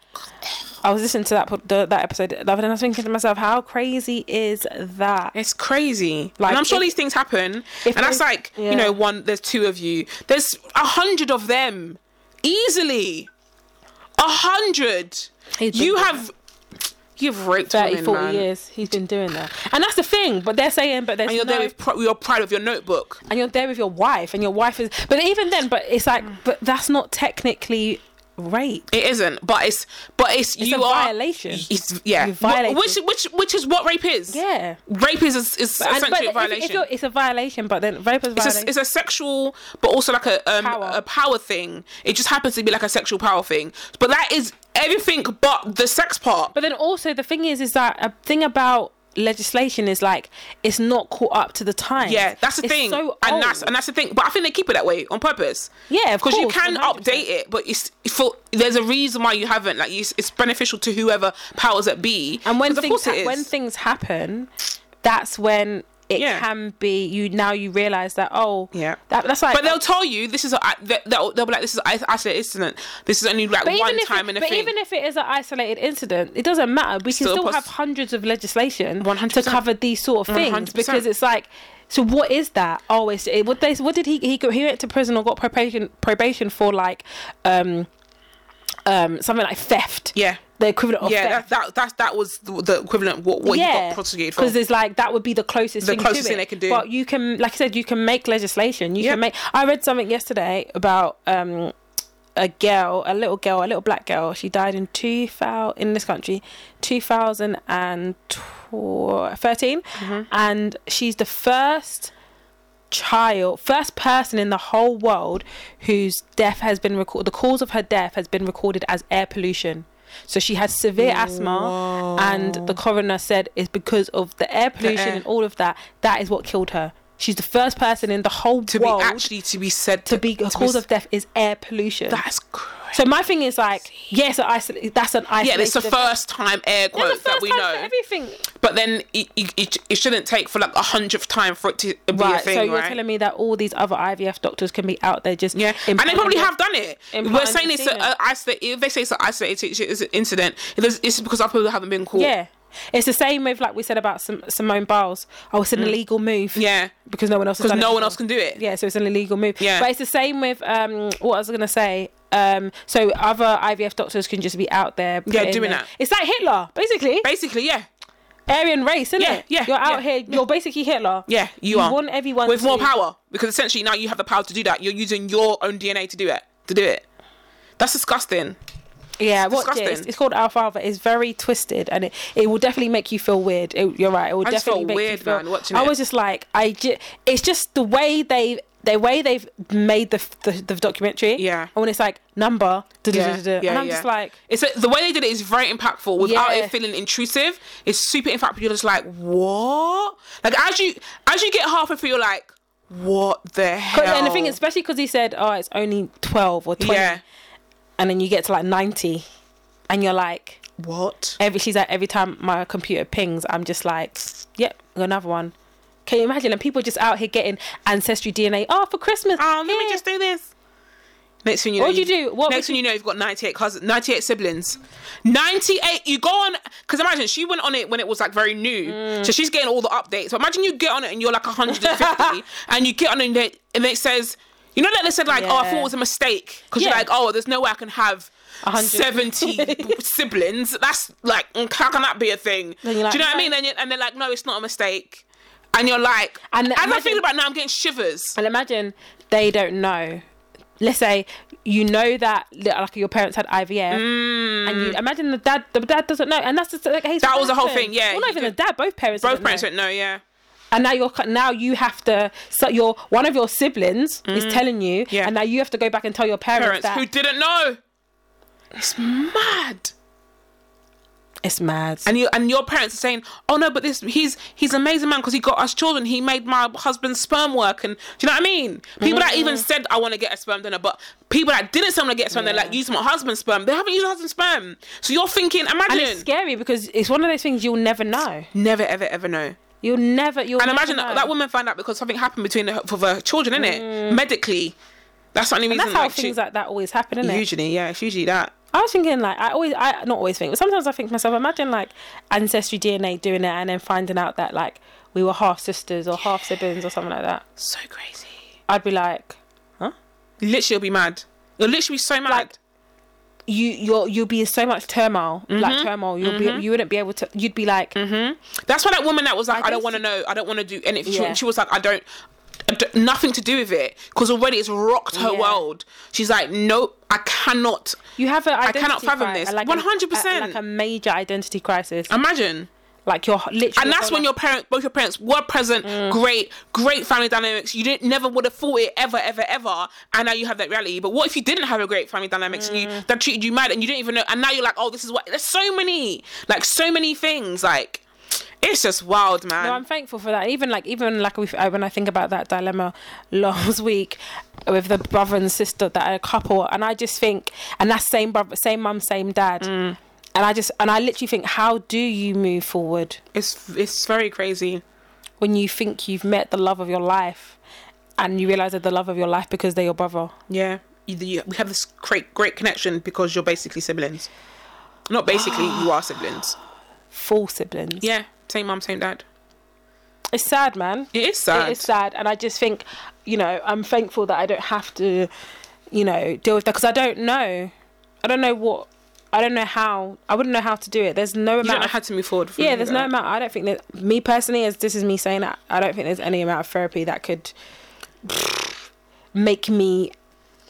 S2: I was listening to that pod- the, that episode the other day, and I was thinking to myself, how crazy is that?
S1: it's crazy.
S2: Like,
S1: and I'm sure
S2: if-
S1: these things happen.
S2: if
S1: And that's
S2: they-
S1: like,
S2: yeah.
S1: you know, one. There's two of you. There's a hundred of them, easily. A hundred.
S2: He's been
S1: You
S2: doing
S1: have, you've raped
S2: 30,
S1: women,
S2: 40
S1: man.
S2: years he's been doing that. And that's the thing, but they're saying, but there's
S1: And you're
S2: no,
S1: there with pr- your pride of your notebook.
S2: and you're there with your wife, and your wife is, but even then, but it's like,
S1: Mm.
S2: but that's not technically rape.
S1: It isn't, but it's but it's, you
S2: a
S1: are
S2: violation.
S1: It's, yeah,
S2: You violate
S1: which which which is what rape is.
S2: Yeah.
S1: rape is is, is
S2: And-
S1: essentially
S2: but
S1: a
S2: if-
S1: violation.
S2: If, you're, it's a violation, but then rape is
S1: it's,
S2: violation.
S1: a, it's a sexual, but also like a um,
S2: Power.
S1: a power thing. It just happens to be like a sexual power thing. But that is everything but the sex part.
S2: but then also the thing is, is that a thing about legislation is like it's not caught up to the time.
S1: yeah, that's the
S2: It's
S1: thing,
S2: So
S1: and
S2: old.
S1: that's and that's the thing. But I think they keep it that way on purpose.
S2: Yeah, of
S1: because you
S2: course,
S1: can
S2: 100%.
S1: update it, but it's it's for there's a reason why you haven't. Like it's, it's beneficial to whoever powers that be.
S2: and when
S1: 'Cause
S2: things
S1: it
S2: ha-
S1: is.
S2: when things happen, that's when it
S1: Yeah.
S2: can be you. Now you realize that oh
S1: Yeah.
S2: that, that's like
S1: But they'll tell you this is a they- they'll, they'll be like this is an isolated incident. This is only like
S2: But
S1: one
S2: even if
S1: time
S2: it,
S1: in a
S2: but
S1: thing.
S2: even if it is an isolated incident, it doesn't matter. We
S1: Still
S2: can still
S1: pos-
S2: have hundreds of legislation to
S1: 100%.
S2: cover these sort of things
S1: 100%.
S2: because it's like. So what is that? Oh, it's it, what they what did he he go- he went to prison or got probation probation for like um um something like theft.
S1: Yeah.
S2: The equivalent of
S1: yeah,
S2: theft.
S1: that, that that that was the, the equivalent of what what you got prosecuted for.
S2: Because it's like that would be the closest
S1: The
S2: thing
S1: closest
S2: to
S1: thing
S2: it.
S1: they can do.
S2: But you can, like I said, you can make legislation. You
S1: Yeah.
S2: can make. I read something yesterday about um, a girl, a little girl, a little black girl. She died in two thousand in this country, two thousand and thirteen,
S1: Mm-hmm.
S2: and she's the first child first person in the whole world whose death has been recorded the cause of her death has been recorded as air pollution so she had severe asthma and the coroner said it's because of the air pollution
S1: air.
S2: and all of that that is what killed her she's the first person in the whole
S1: to
S2: world
S1: be actually to be said
S2: to be the cause
S1: s-
S2: of death is air pollution
S1: that's crazy.
S2: so my thing is like yes yeah, it's an isol- that's an
S1: Yeah,
S2: isolated
S1: it's the first time air
S2: That's the
S1: quotes that
S2: first
S1: we
S2: time
S1: know.
S2: for everything
S1: but then it, it, it, it shouldn't take for like a hundredth time for it to be a
S2: right
S1: thing,
S2: so you're
S1: right?
S2: telling me that all these other ivf doctors can be out there just
S1: Yeah, and they
S2: implanting
S1: probably
S2: their-
S1: have done it. We're
S2: implanting
S1: saying it's
S2: semen.
S1: an isolated. If they say it's an isolated it's an incident, it's it's because other people haven't been caught.
S2: Yeah. It's the same with like we said about Sim- Simone Biles. Oh, it's an illegal move.
S1: Mm. yeah,
S2: Because no one else. has
S1: because
S2: done it
S1: no one
S2: before.
S1: else can do it.
S2: Yeah, so it's an illegal move.
S1: Yeah.
S2: But it's the same with um what I was gonna say. Um, so other IVF doctors can just be out there.
S1: Yeah,
S2: putting
S1: doing
S2: their-
S1: that.
S2: It's like Hitler, basically.
S1: Basically, yeah,
S2: Aryan race, isn't
S1: Yeah,
S2: it?
S1: yeah,
S2: You're out
S1: yeah,
S2: here. You're basically Hitler.
S1: yeah. You, are
S2: want everyone
S1: with more
S2: to-
S1: power because essentially now you have the power to do that. You're using your own DNA to do it. To do it. That's disgusting.
S2: Yeah, watch it.
S1: disgusting.
S2: It's, it's called Our Father. It's very twisted, and it, it will definitely make you feel weird. It- you're right. It will
S1: just
S2: definitely
S1: felt
S2: make
S1: weird,
S2: you feel.
S1: man, watching
S2: I
S1: it.
S2: was just like, I. Ju- it's just the way they the way they've made the the, the documentary.
S1: Yeah.
S2: And when it's like number, duh, duh,
S1: Yeah,
S2: duh, duh, duh,
S1: yeah,
S2: and I'm
S1: yeah.
S2: just like,
S1: it's a, the way they did it is very impactful without
S2: Yeah.
S1: it feeling intrusive. It's super impactful. You're just like, what? Like as you as you get halfway through, you're like, what the hell?
S2: and the thing, is, especially because he said, oh, it's only twelve or twenty,
S1: yeah,
S2: and then you get to like ninety, and you're like,
S1: what?
S2: every she's like every time my computer pings, I'm just like, yep, got another one. Can you imagine? And people just out here getting ancestry DNA. Oh, for Christmas.
S1: Oh, let me
S2: here.
S1: just do this. Next thing you know,
S2: What would you do? What
S1: next
S2: would
S1: thing you know, you've got 98 cousins, 98 siblings, 98. You go on because imagine she went on it when it was like very new,
S2: Mm.
S1: so she's getting all the updates. But imagine you get on it and you're like 150, and you get on it and it, and it says, you know, like they said, like, oh, I
S2: Yeah.
S1: thought it was a mistake because you're
S2: Yeah.
S1: like, oh, there's no way I can have.
S2: 100.
S1: 70 siblings that's like mm, how can that be a thing do
S2: Then
S1: you know
S2: you're like,
S1: what i
S2: no.
S1: mean and, you and they're like no it's not a mistake and you're like
S2: And
S1: and as i
S2: imagine-
S1: think about it now i'm getting shivers
S2: And imagine they don't know. Let's say you know that like your parents had IVF, and you imagine the dad. The dad doesn't know, and that's just like hey,
S1: Mm. That was
S2: the
S1: the whole thing, yeah.
S2: well, not
S1: You
S2: even
S1: could-
S2: the dad. Both parents.
S1: both
S2: didn't
S1: parents
S2: know.
S1: went no yeah
S2: And now you're cu- now you have to. So your one of your siblings is telling you,
S1: Mm. Yeah.
S2: and now you have to go back and tell your parents,
S1: parents
S2: that
S1: who didn't know. It's mad.
S2: it's mad.
S1: And you and your parents are saying, "Oh no, but this he's he's an amazing man because he got us children. He made my husband's sperm work." And do you know what I mean? People
S2: Mm.
S1: that even said, "I want to get a sperm donor," but people that didn't say, "I want to get a sperm," they're like, "Use my husband's sperm." They haven't used my husband's sperm. So you're thinking,
S2: and it's
S1: imagine,
S2: scary because it's one of those things you'll never know.
S1: never ever ever know.
S2: You'll never. You'll
S1: And
S2: never
S1: imagine
S2: know. Mm.
S1: that, that woman found out because something happened between her, for her children, innit? Medically, that's the only reason.
S2: That's how
S1: like, she-
S2: things like that always happen, isn't it?
S1: usually, yeah, it's usually that.
S2: I was thinking like I always I not always think, but sometimes I think to myself, imagine like ancestry DNA doing it and then finding out that like we were half sisters or half siblings or something like that.
S1: So crazy.
S2: I'd be like,
S1: literally you'll be mad. You'll literally be so mad.
S2: Like- you you're you'll be in so much turmoil, like
S1: Mm-hmm.
S2: turmoil. You'll be you wouldn't be able to. You'd be like,
S1: That's why that woman that was like, I,
S2: I don't
S1: don't want to know, I don't want to do anything. She-
S2: Yeah.
S1: She, was like, I don't, I don't- nothing to do with it because already it's rocked her
S2: Yeah.
S1: world. She's like, nope, I cannot.
S2: you have an identity
S1: cannot fathom
S2: cri-
S1: this.
S2: like a-
S1: 100%.
S2: a- like a major identity crisis.
S1: Imagine.
S2: Like you're literally,
S1: And that's when your parents, both your parents were present.
S2: Mm.
S1: Great, great family dynamics. You didn't never would have thought it ever, ever, ever. And now you have that reality. But what if you didn't have a great family dynamics and
S2: Mm.
S1: you that treated you mad and you didn't even know? And now you're like, oh, this is what. There's so many, like so many things. Like it's just wild, man.
S2: No, I'm thankful for that. Even like even like we uh, when I think about that dilemma last week with the brother and sister that are a couple, and I just think, and that same brother, same mum, same dad, and I just and I literally think, how do you move forward
S1: It's it's very crazy.
S2: when you think you've met the love of your life, and you realize that the love of your life because they're your brother.
S1: Yeah, you, you, we have this great great connection because you're basically siblings. Not basically, you are siblings.
S2: Full siblings.
S1: Yeah, same mum, same dad.
S2: It's sad, man.
S1: It is sad.
S2: It is sad, and I just think, you know, I'm thankful that I don't have to, you know, deal with that because I don't know, I don't know what, I don't know how, I wouldn't know how to do it. There's no
S1: You don't
S2: amount.
S1: know
S2: Of,
S1: how to move forward. From
S2: yeah, there's no
S1: that.
S2: amount. I don't think that me personally, as this is me saying that, I don't think there's any amount of therapy that could make me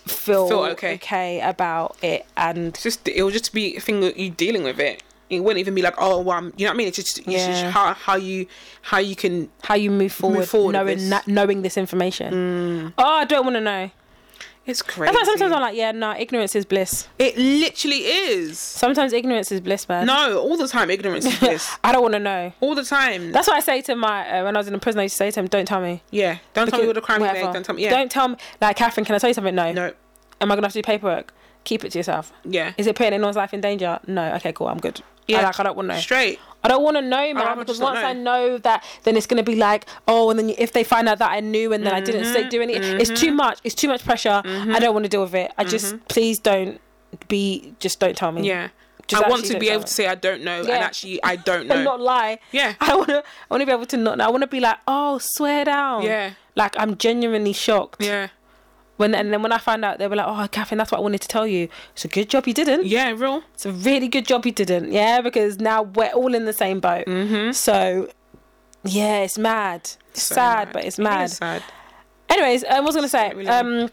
S2: feel,
S1: Feel okay.
S2: about it and
S1: It's just it will just be a thing that you dealing with it. It wouldn't even be like oh well, I'm, you know what I mean. It's just, it's just
S2: Yeah.
S1: how how you how you can.
S2: how you move forward,
S1: forward with
S2: knowing
S1: this.
S2: that- knowing this information. Oh, I don't want to know.
S1: It's crazy.
S2: That's why sometimes I'm like, yeah, no, ignorance is bliss.
S1: it literally is.
S2: Sometimes ignorance is bliss, man.
S1: No, all the time ignorance is bliss.
S2: I don't want to know.
S1: all the time.
S2: That's what I say to my uh, when I was in the prison. I used to say to him, "Don't tell me."
S1: yeah. Don't tell me
S2: Because-
S1: all the crime you made.
S2: whatever.
S1: Don't tell me. Yeah.
S2: Don't tell me. Like Catherine, can I tell you something? No.
S1: no.
S2: Am I gonna have to do paperwork? Keep it to yourself.
S1: Yeah.
S2: Is it putting anyone's life in danger? No. Okay, cool. I'm good.
S1: Yeah.
S2: I, like, I don't want to know.
S1: Straight.
S2: I don't want to know,
S1: rather
S2: man. Because
S1: just not
S2: once
S1: know.
S2: I know that, then it's gonna be like, oh, and then if they find out that I knew and then I didn't
S1: Mm-hmm.
S2: say do anything, it's too much. It's too much pressure. I don't want to deal with it. I just please don't be. Just don't tell me.
S1: Mm-hmm. Yeah.
S2: Just
S1: I want
S2: actually
S1: to
S2: don't
S1: be
S2: tell
S1: able
S2: me.
S1: to say I don't know, and
S2: Yeah.
S1: actually I don't
S2: and
S1: know.
S2: not lie.
S1: Yeah.
S2: I wanna I wanna be able to not know. I wanna be like, oh, swear down.
S1: Yeah.
S2: Like I'm genuinely shocked.
S1: Yeah,
S2: When and then when I found out they were like, Oh Catherine, that's what I wanted to tell you. It's a good job you didn't.
S1: yeah, real.
S2: It's a really good job you didn't. Yeah, because now we're all in the same boat. Mm-hmm. So yeah, it's mad. It's
S1: So
S2: sad,
S1: mad.
S2: but it's
S1: It
S2: mad.
S1: is sad.
S2: Anyways, I was gonna say,
S1: It really
S2: um,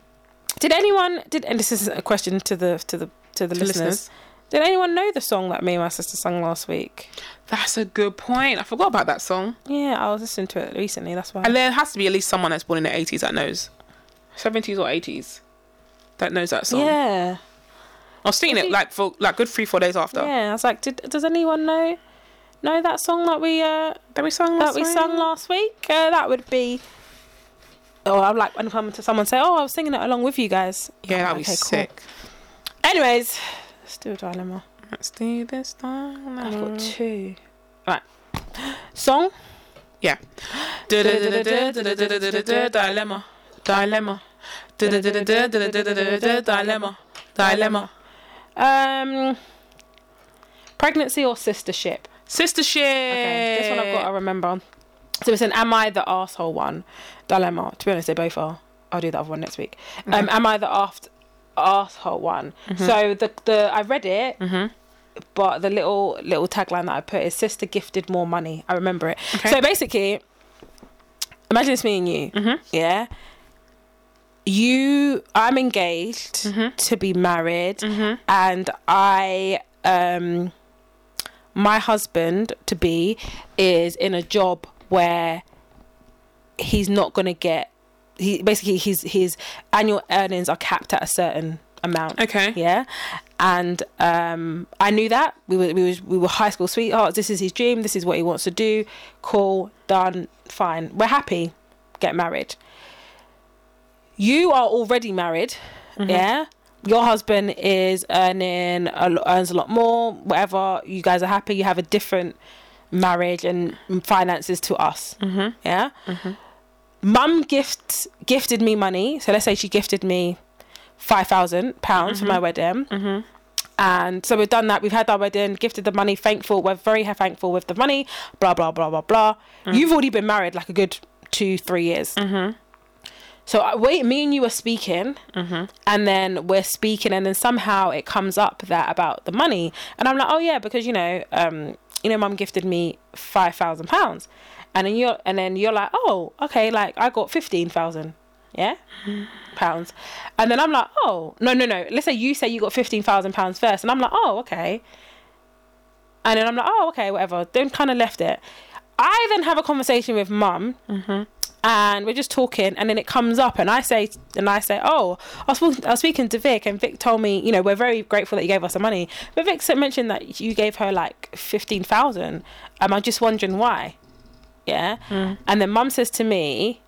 S2: did anyone did and this is a question to the to the to the
S1: To
S2: listeners.
S1: listeners.
S2: Did anyone know the song that me and my sister sung last week?
S1: That's a good point. I forgot about that song.
S2: Mm. Yeah, I was listening to it recently. That's why.
S1: And there has to be at least someone that's born in the eighties that knows. seventies or eighties that knows that song.
S2: Yeah.
S1: I was singing it like for like good three four days after.
S2: Yeah. I was like, Did, does anyone know know that song that we uh
S1: That we sung
S2: that
S1: last
S2: we
S1: night?
S2: sung last week? Uh, that would be. Oh, I'm like when I come to someone say, "Oh, I was singing it along with you guys."
S1: Yeah,
S2: I'm like,
S1: that'd be
S2: "Okay, cool."
S1: sick.
S2: Anyways, still dilemma.
S1: Let's do this time.
S2: I've got two. Right. Song.
S1: Yeah. Dilemma. Dilemma. Dilemma. Dilemma.
S2: Um, pregnancy or sistership.
S1: Sistership.
S2: Okay, this one
S1: Eh.
S2: I've got to remember. So it's an "Am I the asshole?" one dilemma. To be honest, they both are. I'll do that other one next week. Um, "Am I the aft asshole?" one. So the the I read it. But the little little tagline that I put is "Sister gifted more money." I remember it.
S1: Okay.
S2: So basically, imagine it's me and
S1: Mm-hmm,
S2: you. Yeah, you. I'm engaged to be married,
S1: mm-hmm.
S2: and I um my husband to be is in a job where he's not going to get he basically his his annual earnings are capped at a certain amount
S1: Okay.
S2: yeah and um i knew that we were we, was, we were high school sweethearts this is his dream this is what he wants to do cool done fine we're happy get married you are already married yeah your husband is earning a, lo- earns a lot more whatever you guys are happy you have a different marriage and finances to us mm-hmm. yeah mum gifts gifted me money so let's say she gifted me 5000 pounds for my wedding and so we've done that. We've had our wedding, gifted the money, thankful. We're very thankful with the money, blah, blah, blah, blah, blah. You've already been married like a good two, three years. So I wait, me and you are speaking,
S1: Mm-hmm.
S2: and then we're speaking, and then somehow it comes up that about the money, and I'm like, oh yeah, because you know, um, you know, mum gifted me five thousand pounds, and then you're, and then you're like, oh, okay, like I got fifteen thousand, yeah, pounds, and then I'm like, oh, no, no, no, let's say you say you got fifteen thousand pounds first, and I'm like, oh, okay, and then I'm like, oh, okay, whatever. Then kind of left it. I then have a conversation with mum, and we're just talking, and then it comes up, and I say, and I say, oh, I was, speaking, I was speaking to Vic, and Vic told me, you know, we're very grateful that you gave us the money, but Vic said- mentioned that you gave her like fifteen thousand, and I'm just wondering why, yeah. And then mum says to me,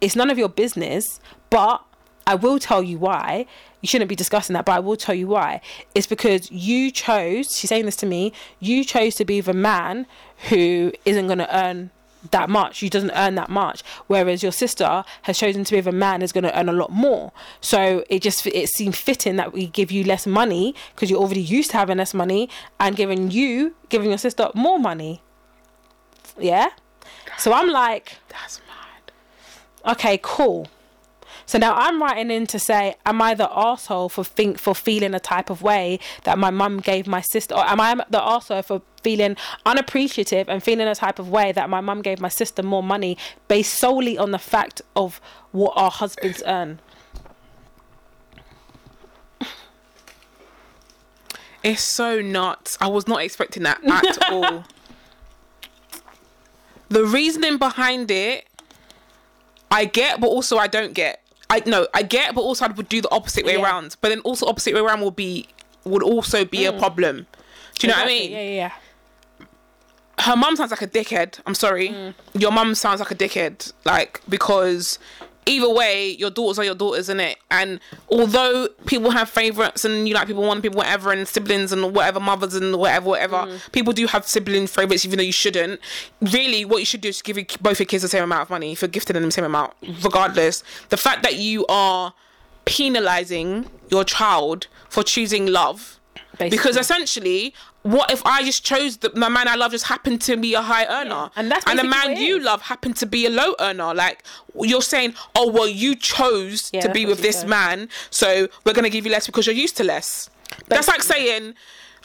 S2: it's none of your business, but I will tell you why. You shouldn't be discussing that, but I will tell you why. It's because you chose, she's saying this to me, you chose to be the man who isn't going to earn that much. She doesn't earn that much. Whereas your sister has chosen to be with a man who's going to earn a lot more. So it just, it seemed fitting that we give you less money because you're already used to having less money and giving you, giving your sister more money. Yeah? So I'm like,
S1: That's mad.
S2: okay, cool. So now I'm writing in to say, am I the asshole for think for feeling a type of way that my mum gave my sister, or am I the asshole for feeling unappreciative and feeling a type of way that my mum gave my sister more money based solely on the fact of what our husbands earn?
S1: It's so nuts. I was not expecting that at all. The reasoning behind it, I get, but also I don't get. I no, I get, but also I would do the opposite way
S2: Yeah.
S1: around. But then also opposite way around will be would also be
S2: Mm.
S1: a problem. Do you know what I mean?
S2: Yeah, yeah, yeah.
S1: her mum sounds like a dickhead. I'm sorry. Your mum sounds like a dickhead. Like, because either way, your daughters are your daughters, innit? And although people have favourites and you like people, one people, whatever, and siblings and whatever, mothers and whatever, whatever, people do have sibling favourites, even though you shouldn't. Really, what you should do is give your, both your kids the same amount of money if you're gifted them the same amount, regardless. The fact that you are penalising your child for choosing love
S2: Basically.
S1: because essentially, what if I just chose the, the man I love just happened to be a high earner,
S2: And that's
S1: the
S2: basically
S1: man
S2: what it
S1: you
S2: is.
S1: love happened to be a low earner? Like you're saying, oh well, you chose
S2: Yeah,
S1: to
S2: that's
S1: be
S2: what
S1: with
S2: she
S1: this
S2: said.
S1: man, so we're gonna give you less because you're used to less. that's like saying,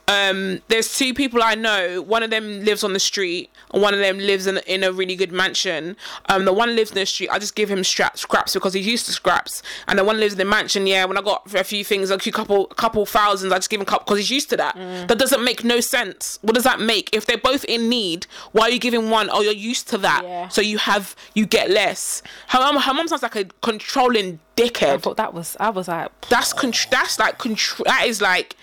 S1: Um, there's two people I know. One of them lives on the street, and one of them lives in, in a really good mansion. Um, the one lives in the street. I just give him straps, scraps because he's used to scraps. And the one lives in the mansion. Yeah, when I got a few things, like a couple, couple thousands, I just give him a couple because he's used to that. That doesn't make no sense. What does that make? If they're both in need, why are you giving one? Oh, you're used to that,
S2: Yeah.
S1: so you have you get less. Her mom, her mom sounds like a controlling dickhead.
S2: But that was I was like,
S1: That's con- that's like contr that is like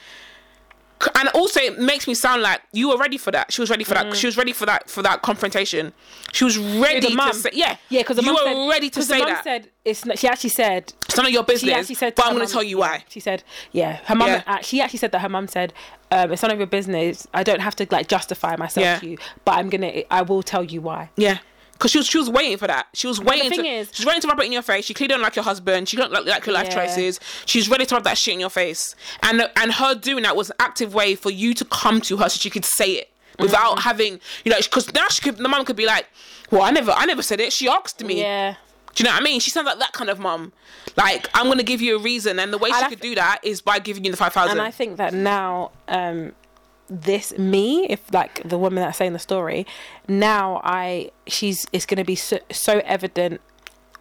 S1: c- and also it makes me sound like you were ready for that. She was ready for that. She was ready for that for that confrontation. She was ready
S2: Mm. the mum.
S1: to say yeah.
S2: yeah, because the
S1: you
S2: mum
S1: were
S2: said-
S1: ready to
S2: 'cause the
S1: say
S2: mum
S1: that.
S2: Said it's not, she actually said
S1: it's none of your business.
S2: she actually said,
S1: but
S2: to
S1: I'm
S2: her
S1: going to
S2: mum-
S1: tell you why.
S2: She said, yeah, her mum.
S1: Yeah.
S2: uh, She actually said that her mum said, um, "It's none of your business. I don't have to like justify myself
S1: Yeah.
S2: to you, but I'm gonna. I will tell you why."
S1: Yeah. Cause she was she was waiting for that. She was waiting.
S2: thing
S1: to,
S2: is-
S1: she's ready to rub it in your face. She clearly don't like your husband. She don't like, like your life
S2: Yeah.
S1: choices. She's ready to rub that shit in your face. And and her doing that was an active way for you to come to her so she could say it without
S2: Mm.
S1: having you know. Because now she could the mum could be like, well, I never I never said it. She asked me.
S2: Yeah.
S1: Do you know what I mean? She sounds like that kind of mum. Like I'm gonna give you a reason, and the way she
S2: I
S1: could do that is by giving you the five thousand.
S2: And I think that now, um, this me, if like the woman that's saying the story, now I she's it's going to be so, so evident.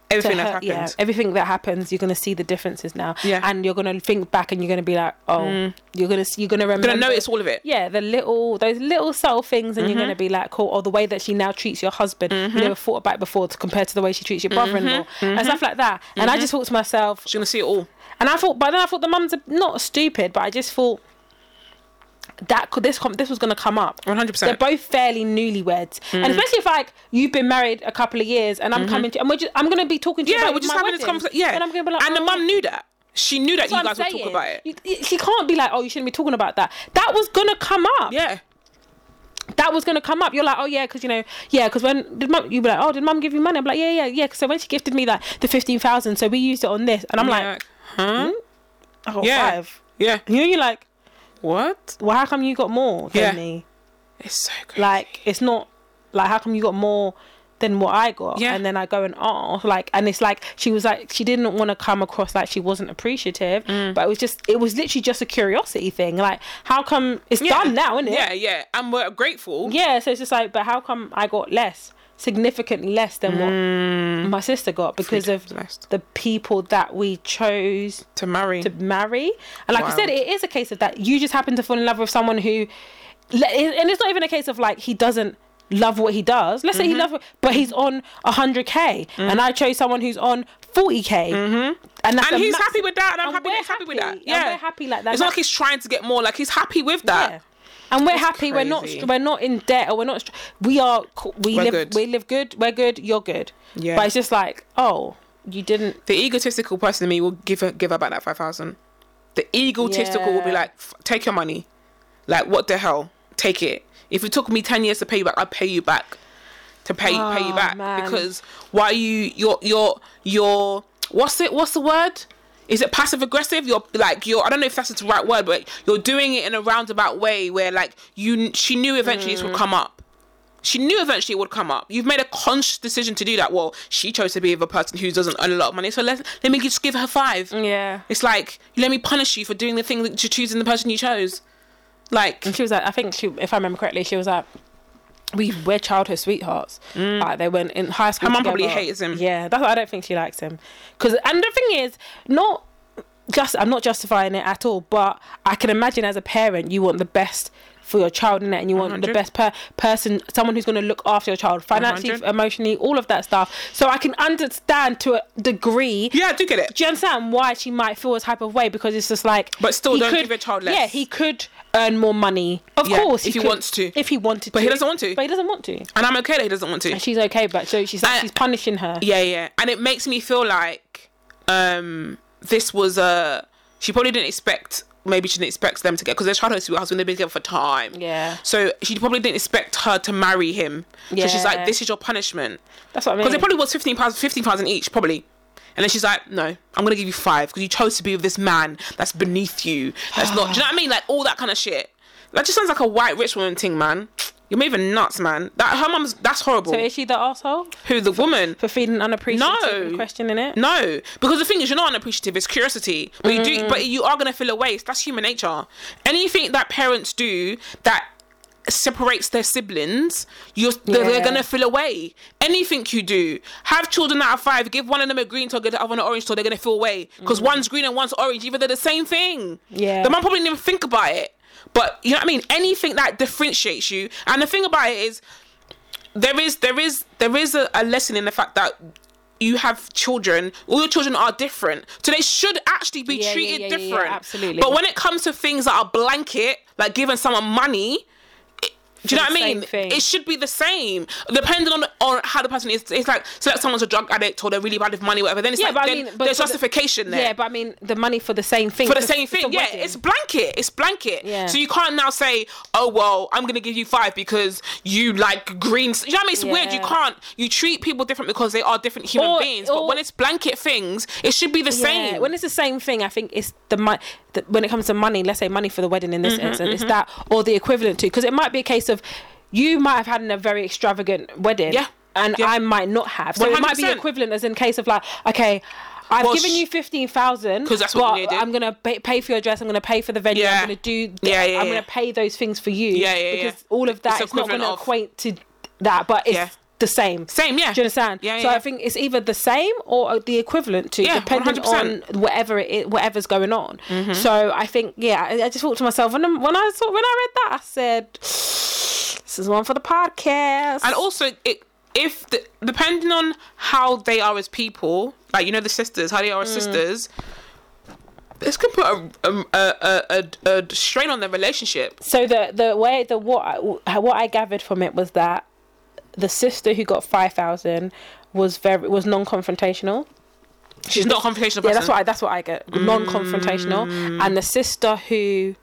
S2: to
S1: Everything
S2: her-
S1: that
S2: yeah,
S1: happened.
S2: everything that happens, you're going to see the differences now.
S1: Yeah. Mm.
S2: and you're going to think back and you're going to be like, oh, you're going to you're going to remember.
S1: Gonna notice all of it.
S2: yeah, the little those little subtle things,
S1: Mm-hmm.
S2: and you're gonna be like, cool, or the way that she now treats your husband, you never thought about before, to compared to the way she treats your brother-in-law
S1: Mm-hmm.
S2: and stuff like that. And I just thought to myself,
S1: She's gonna see it all.
S2: and I thought, but then I thought the mum's a- not stupid, but I just thought that could this com- this was gonna come up.
S1: 100%.
S2: They're both fairly newlyweds,
S1: Mm.
S2: and especially if like you've been married a couple of years, and I'm coming to, and we're just, I'm gonna be talking to you.
S1: Mm-hmm. Yeah,
S2: about
S1: we're just
S2: my
S1: having this
S2: wedding.
S1: conversation. Yeah,
S2: and I'm gonna be like,
S1: and the
S2: oh,
S1: mum knew that. She knew that
S2: that's
S1: you
S2: what
S1: guys
S2: I'm
S1: would talk
S2: saying.
S1: about it.
S2: You- you- she can't be like, oh, you shouldn't be talking about that. That was gonna come up.
S1: Yeah.
S2: That was gonna come up. You're like, oh yeah, because you know, yeah, because when did mum? You be like, oh, did mum give you money? I'm like, yeah, yeah, yeah. 'Cause so when she gifted me like the fifteen thousand, so we used it on this, and I'm like, Hmm?
S1: huh?
S2: I got
S1: Yeah.
S2: five.
S1: "Hmm?" Yeah.
S2: You know, you're like,
S1: What?
S2: well, how come you got more than
S1: Yeah.
S2: me?
S1: It's so crazy.
S2: Like, it's not like how come you got more than what I got?
S1: Yeah.
S2: And then I go and ask, like, and it's like she was like she didn't want to come across like she wasn't appreciative,
S1: Mm.
S2: but it was just it was literally just a curiosity thing. Like, how come it's
S1: Yeah.
S2: done now, isn't it?
S1: Yeah, yeah. And we're grateful.
S2: Yeah. So it's just like, but how come I got less, significantly less than what my sister got because of
S1: times less.
S2: the people that we chose
S1: To marry.
S2: to marry. And like I
S1: Wow.
S2: said, it is a case of that. You just happen to fall in love with someone who, le- and it's not even a case of like he doesn't love what he does. Let's say he
S1: Mm-hmm.
S2: loves, but he's on 100k,
S1: Mm.
S2: and I chose someone who's on 40k, and that's
S1: Mm-hmm. and
S2: the
S1: he's
S2: max-
S1: happy with that, and I'm
S2: and
S1: happy
S2: we're
S1: that he's happy with that.
S2: happy, and
S1: Yeah.
S2: we're happy like that.
S1: It's not like he's trying to get more, like he's happy with that.
S2: Yeah. And we're happy. We're not.
S1: crazy.
S2: We're not in debt, or we're not. str- We are. c- We
S1: We're
S2: live.
S1: good.
S2: We live good. We're good. You're good.
S1: Yeah.
S2: But it's just like, oh, you didn't.
S1: The egotistical person in me will give her, give her back that 5,000. The egotistical will be
S2: Yeah.
S1: like, "F- take your money. Like, what the hell? Take it. If it took me 10 years to pay you back, I'll pay you back. To pay, pay you
S2: Oh,
S1: back.
S2: man.
S1: Because why you, you're, you're, you're, what's it, what's the word? Is it passive aggressive? You're like, you're, I don't know if that's the right word, but you're doing it in a roundabout way where like you, she knew eventually this would come up. She knew eventually it would come up. You've made a conscious decision to do that. Well, she chose to be with a person who doesn't earn a lot of money, so let let me just give her five.
S2: Yeah.
S1: It's like let me punish you for doing the thing that you're choosing the person you chose. Like
S2: she was like, I think she, if I remember correctly, she was like, we we're childhood sweethearts. Like they went in high school.
S1: Mm. Her mum
S2: together.
S1: probably hates him.
S2: Yeah, that's. I don't think she likes him. Cause and the thing is, not just I'm not justifying it at all, but I can imagine as a parent, you want the best for your child in it, and you want the
S1: 100.
S2: best per- person, someone who's going to look after your child financially,
S1: 100.
S2: emotionally, all of that stuff. So I can understand to a degree
S1: yeah, I do get it.
S2: do you understand why she might feel a type of way? Because it's just like,
S1: But still,
S2: he
S1: don't give your child less.
S2: Yeah, he could earn more money, of
S1: Yeah,
S2: course,
S1: if he wants to.
S2: If he wanted,
S1: But
S2: to.
S1: he doesn't want to.
S2: But he doesn't want to.
S1: And I'm okay that he doesn't want to.
S2: And she's okay, but so she's like,
S1: I-
S2: she's punishing her.
S1: Yeah, yeah. And it makes me feel like um this was a she probably didn't expect maybe she didn't expect them to get because their childhood sweethearts when they've been together for time.
S2: Yeah.
S1: So she probably didn't expect her to marry him. So she's
S2: Yeah.
S1: like, This is your punishment.
S2: That's what I mean.
S1: Because it probably was fifteen pounds fifteen pounds each, probably. And then she's like, No, I'm gonna give you five because you chose to be with this man that's beneath you. That's not do you know what I mean? Like all that kind of shit. That just sounds like a white rich woman thing, man. You're moving nuts, man. That her mum's that's horrible.
S2: So is she the asshole
S1: Who the woman?
S2: for feeling unappreciated
S1: No.
S2: and questioning it?
S1: No, because the thing is, you're not unappreciative. It's curiosity, but you do, but you are gonna feel a waste. That's human nature. Anything that parents do that separates their siblings, you're they're, they're
S2: Yeah.
S1: gonna feel away. Anything you do, have children out of five, give one of them a green till give the other one an orange till they're gonna feel away because one's green and one's orange, even though they're the same thing.
S2: Mm. Yeah.
S1: the mum probably didn't even think about it. But you know what I mean? Anything that differentiates you, and the thing about it is, there is there is there is a, a lesson in the fact that you have children all your children are different so they should actually be
S2: Yeah, yeah,
S1: treated
S2: yeah, yeah, yeah,
S1: different
S2: absolutely.
S1: but when it comes to things that are blanket like giving someone money it- do you know
S2: the
S1: what I
S2: same
S1: mean?
S2: thing.
S1: It should be the same, depending on on how the person is. It's like, so like someone's a drug addict or they're really bad with money, whatever. Then it's
S2: Yeah,
S1: like,
S2: but I
S1: then
S2: mean, but
S1: there's
S2: for the-
S1: justification there
S2: Yeah, but I mean the money for the same thing
S1: for the
S2: It's a-
S1: same
S2: it's a
S1: thing. Yeah,
S2: wedding.
S1: it's blanket. It's blanket.
S2: Yeah.
S1: So you can't now say, oh well, I'm gonna give you five because you like greens. You know what I mean? It's weird. You
S2: Yeah.
S1: can't. You treat people different because they are different human
S2: Or-
S1: beings. but
S2: or-
S1: when it's blanket things, it should be the
S2: Yeah,
S1: same.
S2: When it's the same thing, I think it's the money. When it comes to money, let's say money for the wedding in this
S1: Mm-hmm,
S2: instance, it's that or the equivalent to, because it might be a case of you might have had a very extravagant wedding,
S1: Yeah.
S2: and
S1: Yeah.
S2: I might not have. So it might be
S1: 100%.
S2: equivalent as in case of like, okay. I've
S1: Well,
S2: given
S1: sh-
S2: you fifteen thousand
S1: 'Cause that's what you needed.
S2: I'm gonna pay, pay for your dress. I'm gonna pay for the venue.
S1: Yeah.
S2: I'm gonna do.
S1: Yeah,
S2: yeah,
S1: yeah,
S2: I'm
S1: yeah.
S2: gonna pay those things for you.
S1: Yeah, yeah, yeah.
S2: Because all of that
S1: It's
S2: it's not
S1: equivalent
S2: gonna
S1: of-
S2: equate to that, but it's
S1: Yeah.
S2: the same.
S1: Same, yeah.
S2: Do you understand?
S1: Yeah,
S2: so
S1: yeah.
S2: I think it's either the same or uh, the equivalent to,
S1: Yeah,
S2: depending
S1: 100%.
S2: on whatever it is, whatever's going on.
S1: Mm-hmm.
S2: So I think, yeah, I, I just thought to myself when I, when I saw when I read that, I said, "This is one for the podcast."
S1: and also, it, if the, depending on how they are as people, like you know the sisters, how they are as
S2: Mm.
S1: sisters. This can put a, a, a, a, a strain on their relationship.
S2: so the the way the what I, what I gathered from it was that the sister who got five thousand was very was non confrontational.
S1: She's not a confrontational person. Mm.
S2: Yeah, that's what I, that's what I get non confrontational, and the sister who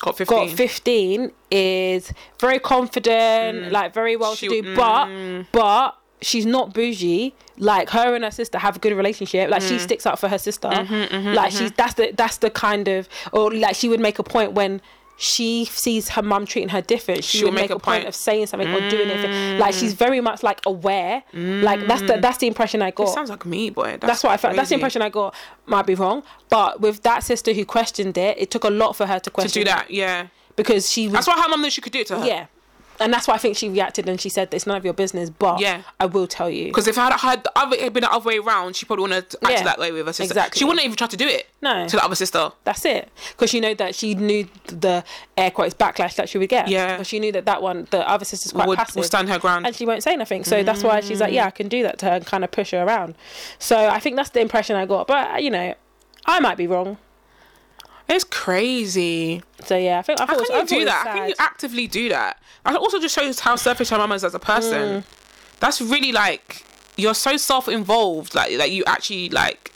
S1: got
S2: got
S1: 15.
S2: 15 is very confident, like very well
S1: She-
S2: to do, but but she's not bougie. Like her and her sister have a good relationship. Like she sticks up for her sister. like she's that's the that's the kind of or like she would make a point when she sees her mum treating her different. She
S1: She'll
S2: would make, a point. of saying something or doing it. Like she's very much like aware. Like that's the that's the impression I got.
S1: Sounds like me, boy. That's,
S2: That's what I felt. That's the
S1: crazy.
S2: impression I got. Might be wrong, but with that sister who questioned it, it took a lot for her to
S1: To
S2: question
S1: do
S2: it
S1: that, yeah.
S2: because she was
S1: That's why her mum knew she could do it to her.
S2: yeah and that's why i think she reacted and she said it's none of your business but
S1: Yeah.
S2: i will tell you
S1: Because if I had, had the other, it had been the other way around, she probably wouldn't have acted
S2: Yeah,
S1: that way with her sister.
S2: exactly.
S1: She wouldn't even try to do it.
S2: No.
S1: To the other sister.
S2: that's it because she knew that she knew the air quotes backlash that she would get
S1: Yeah.
S2: 'Cause she knew that that one the other sister's quite
S1: Would, Mm.
S2: passive
S1: would stand her ground.
S2: and she won't say nothing so that's why she's like yeah i can do that to her and kind of push her around so i think that's the impression i got but uh, you know i might be wrong
S1: It's crazy.
S2: so yeah i think i
S1: How
S2: thought
S1: can
S2: it was, I
S1: you
S2: thought
S1: do
S2: it was
S1: that? How can you
S2: sad.
S1: actively do that? And it also just shows how selfish her mum is as a person.
S2: Hmm.
S1: That's really like you're so self-involved. Like like you actually like.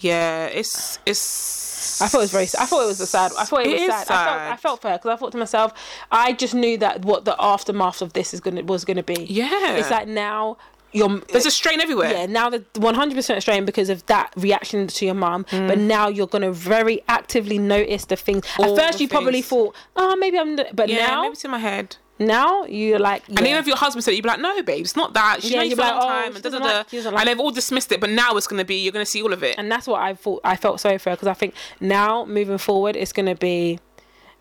S1: Yeah, it's it's.
S2: I thought it was very. I thought it was a sad. I thought it,
S1: It
S2: was
S1: is
S2: sad. I,
S1: sad.
S2: felt, I felt for her because I thought to myself, I just knew that what the aftermath of this is gonna was gonna be.
S1: Yeah.
S2: It's like now you're.
S1: There's a strain everywhere.
S2: yeah, now the 100% strain because of that reaction to your mum, but now you're going to very actively notice the things.
S1: Mm. All
S2: At first,
S1: the
S2: you probably
S1: things.
S2: thought, oh, maybe I'm, not-" but
S1: Yeah,
S2: now,
S1: maybe it's in my head.
S2: now you're like,
S1: And
S2: yeah.
S1: even if your husband said, it, you'd be like, no, babe, it's not that. She
S2: Yeah,
S1: knows you
S2: you'd
S1: for a
S2: be
S1: long
S2: like, "Oh,
S1: time.
S2: she
S1: and,
S2: doesn't
S1: da-da-da."
S2: like- she doesn't like-
S1: and they've all dismissed it, but now it's going to be, you're going to see all of it.
S2: and that's what I thought. I felt sorry for her because I think now moving forward, it's gonna be,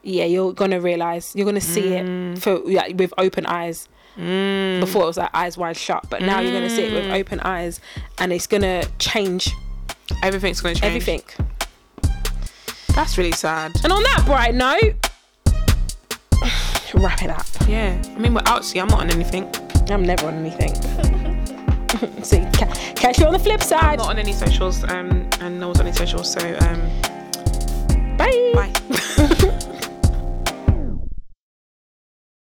S2: yeah, you're gonna realize you're gonna see
S1: Mm.
S2: it for yeah, with open eyes. Before it was like eyes wide shut, but now you're gonna see it with
S1: Mm.
S2: open eyes, and it's gonna change
S1: Everything's going to change.
S2: everything.
S1: That's really sad.
S2: And on that bright note, wrap it up.
S1: Yeah. I mean, we're out, see, I'm not on anything.
S2: I'm never on anything. so you ca- catch you on the flip
S1: I'm
S2: side.
S1: not on any socials, um, and no one's on any socials, so um,
S2: Bye.
S1: bye.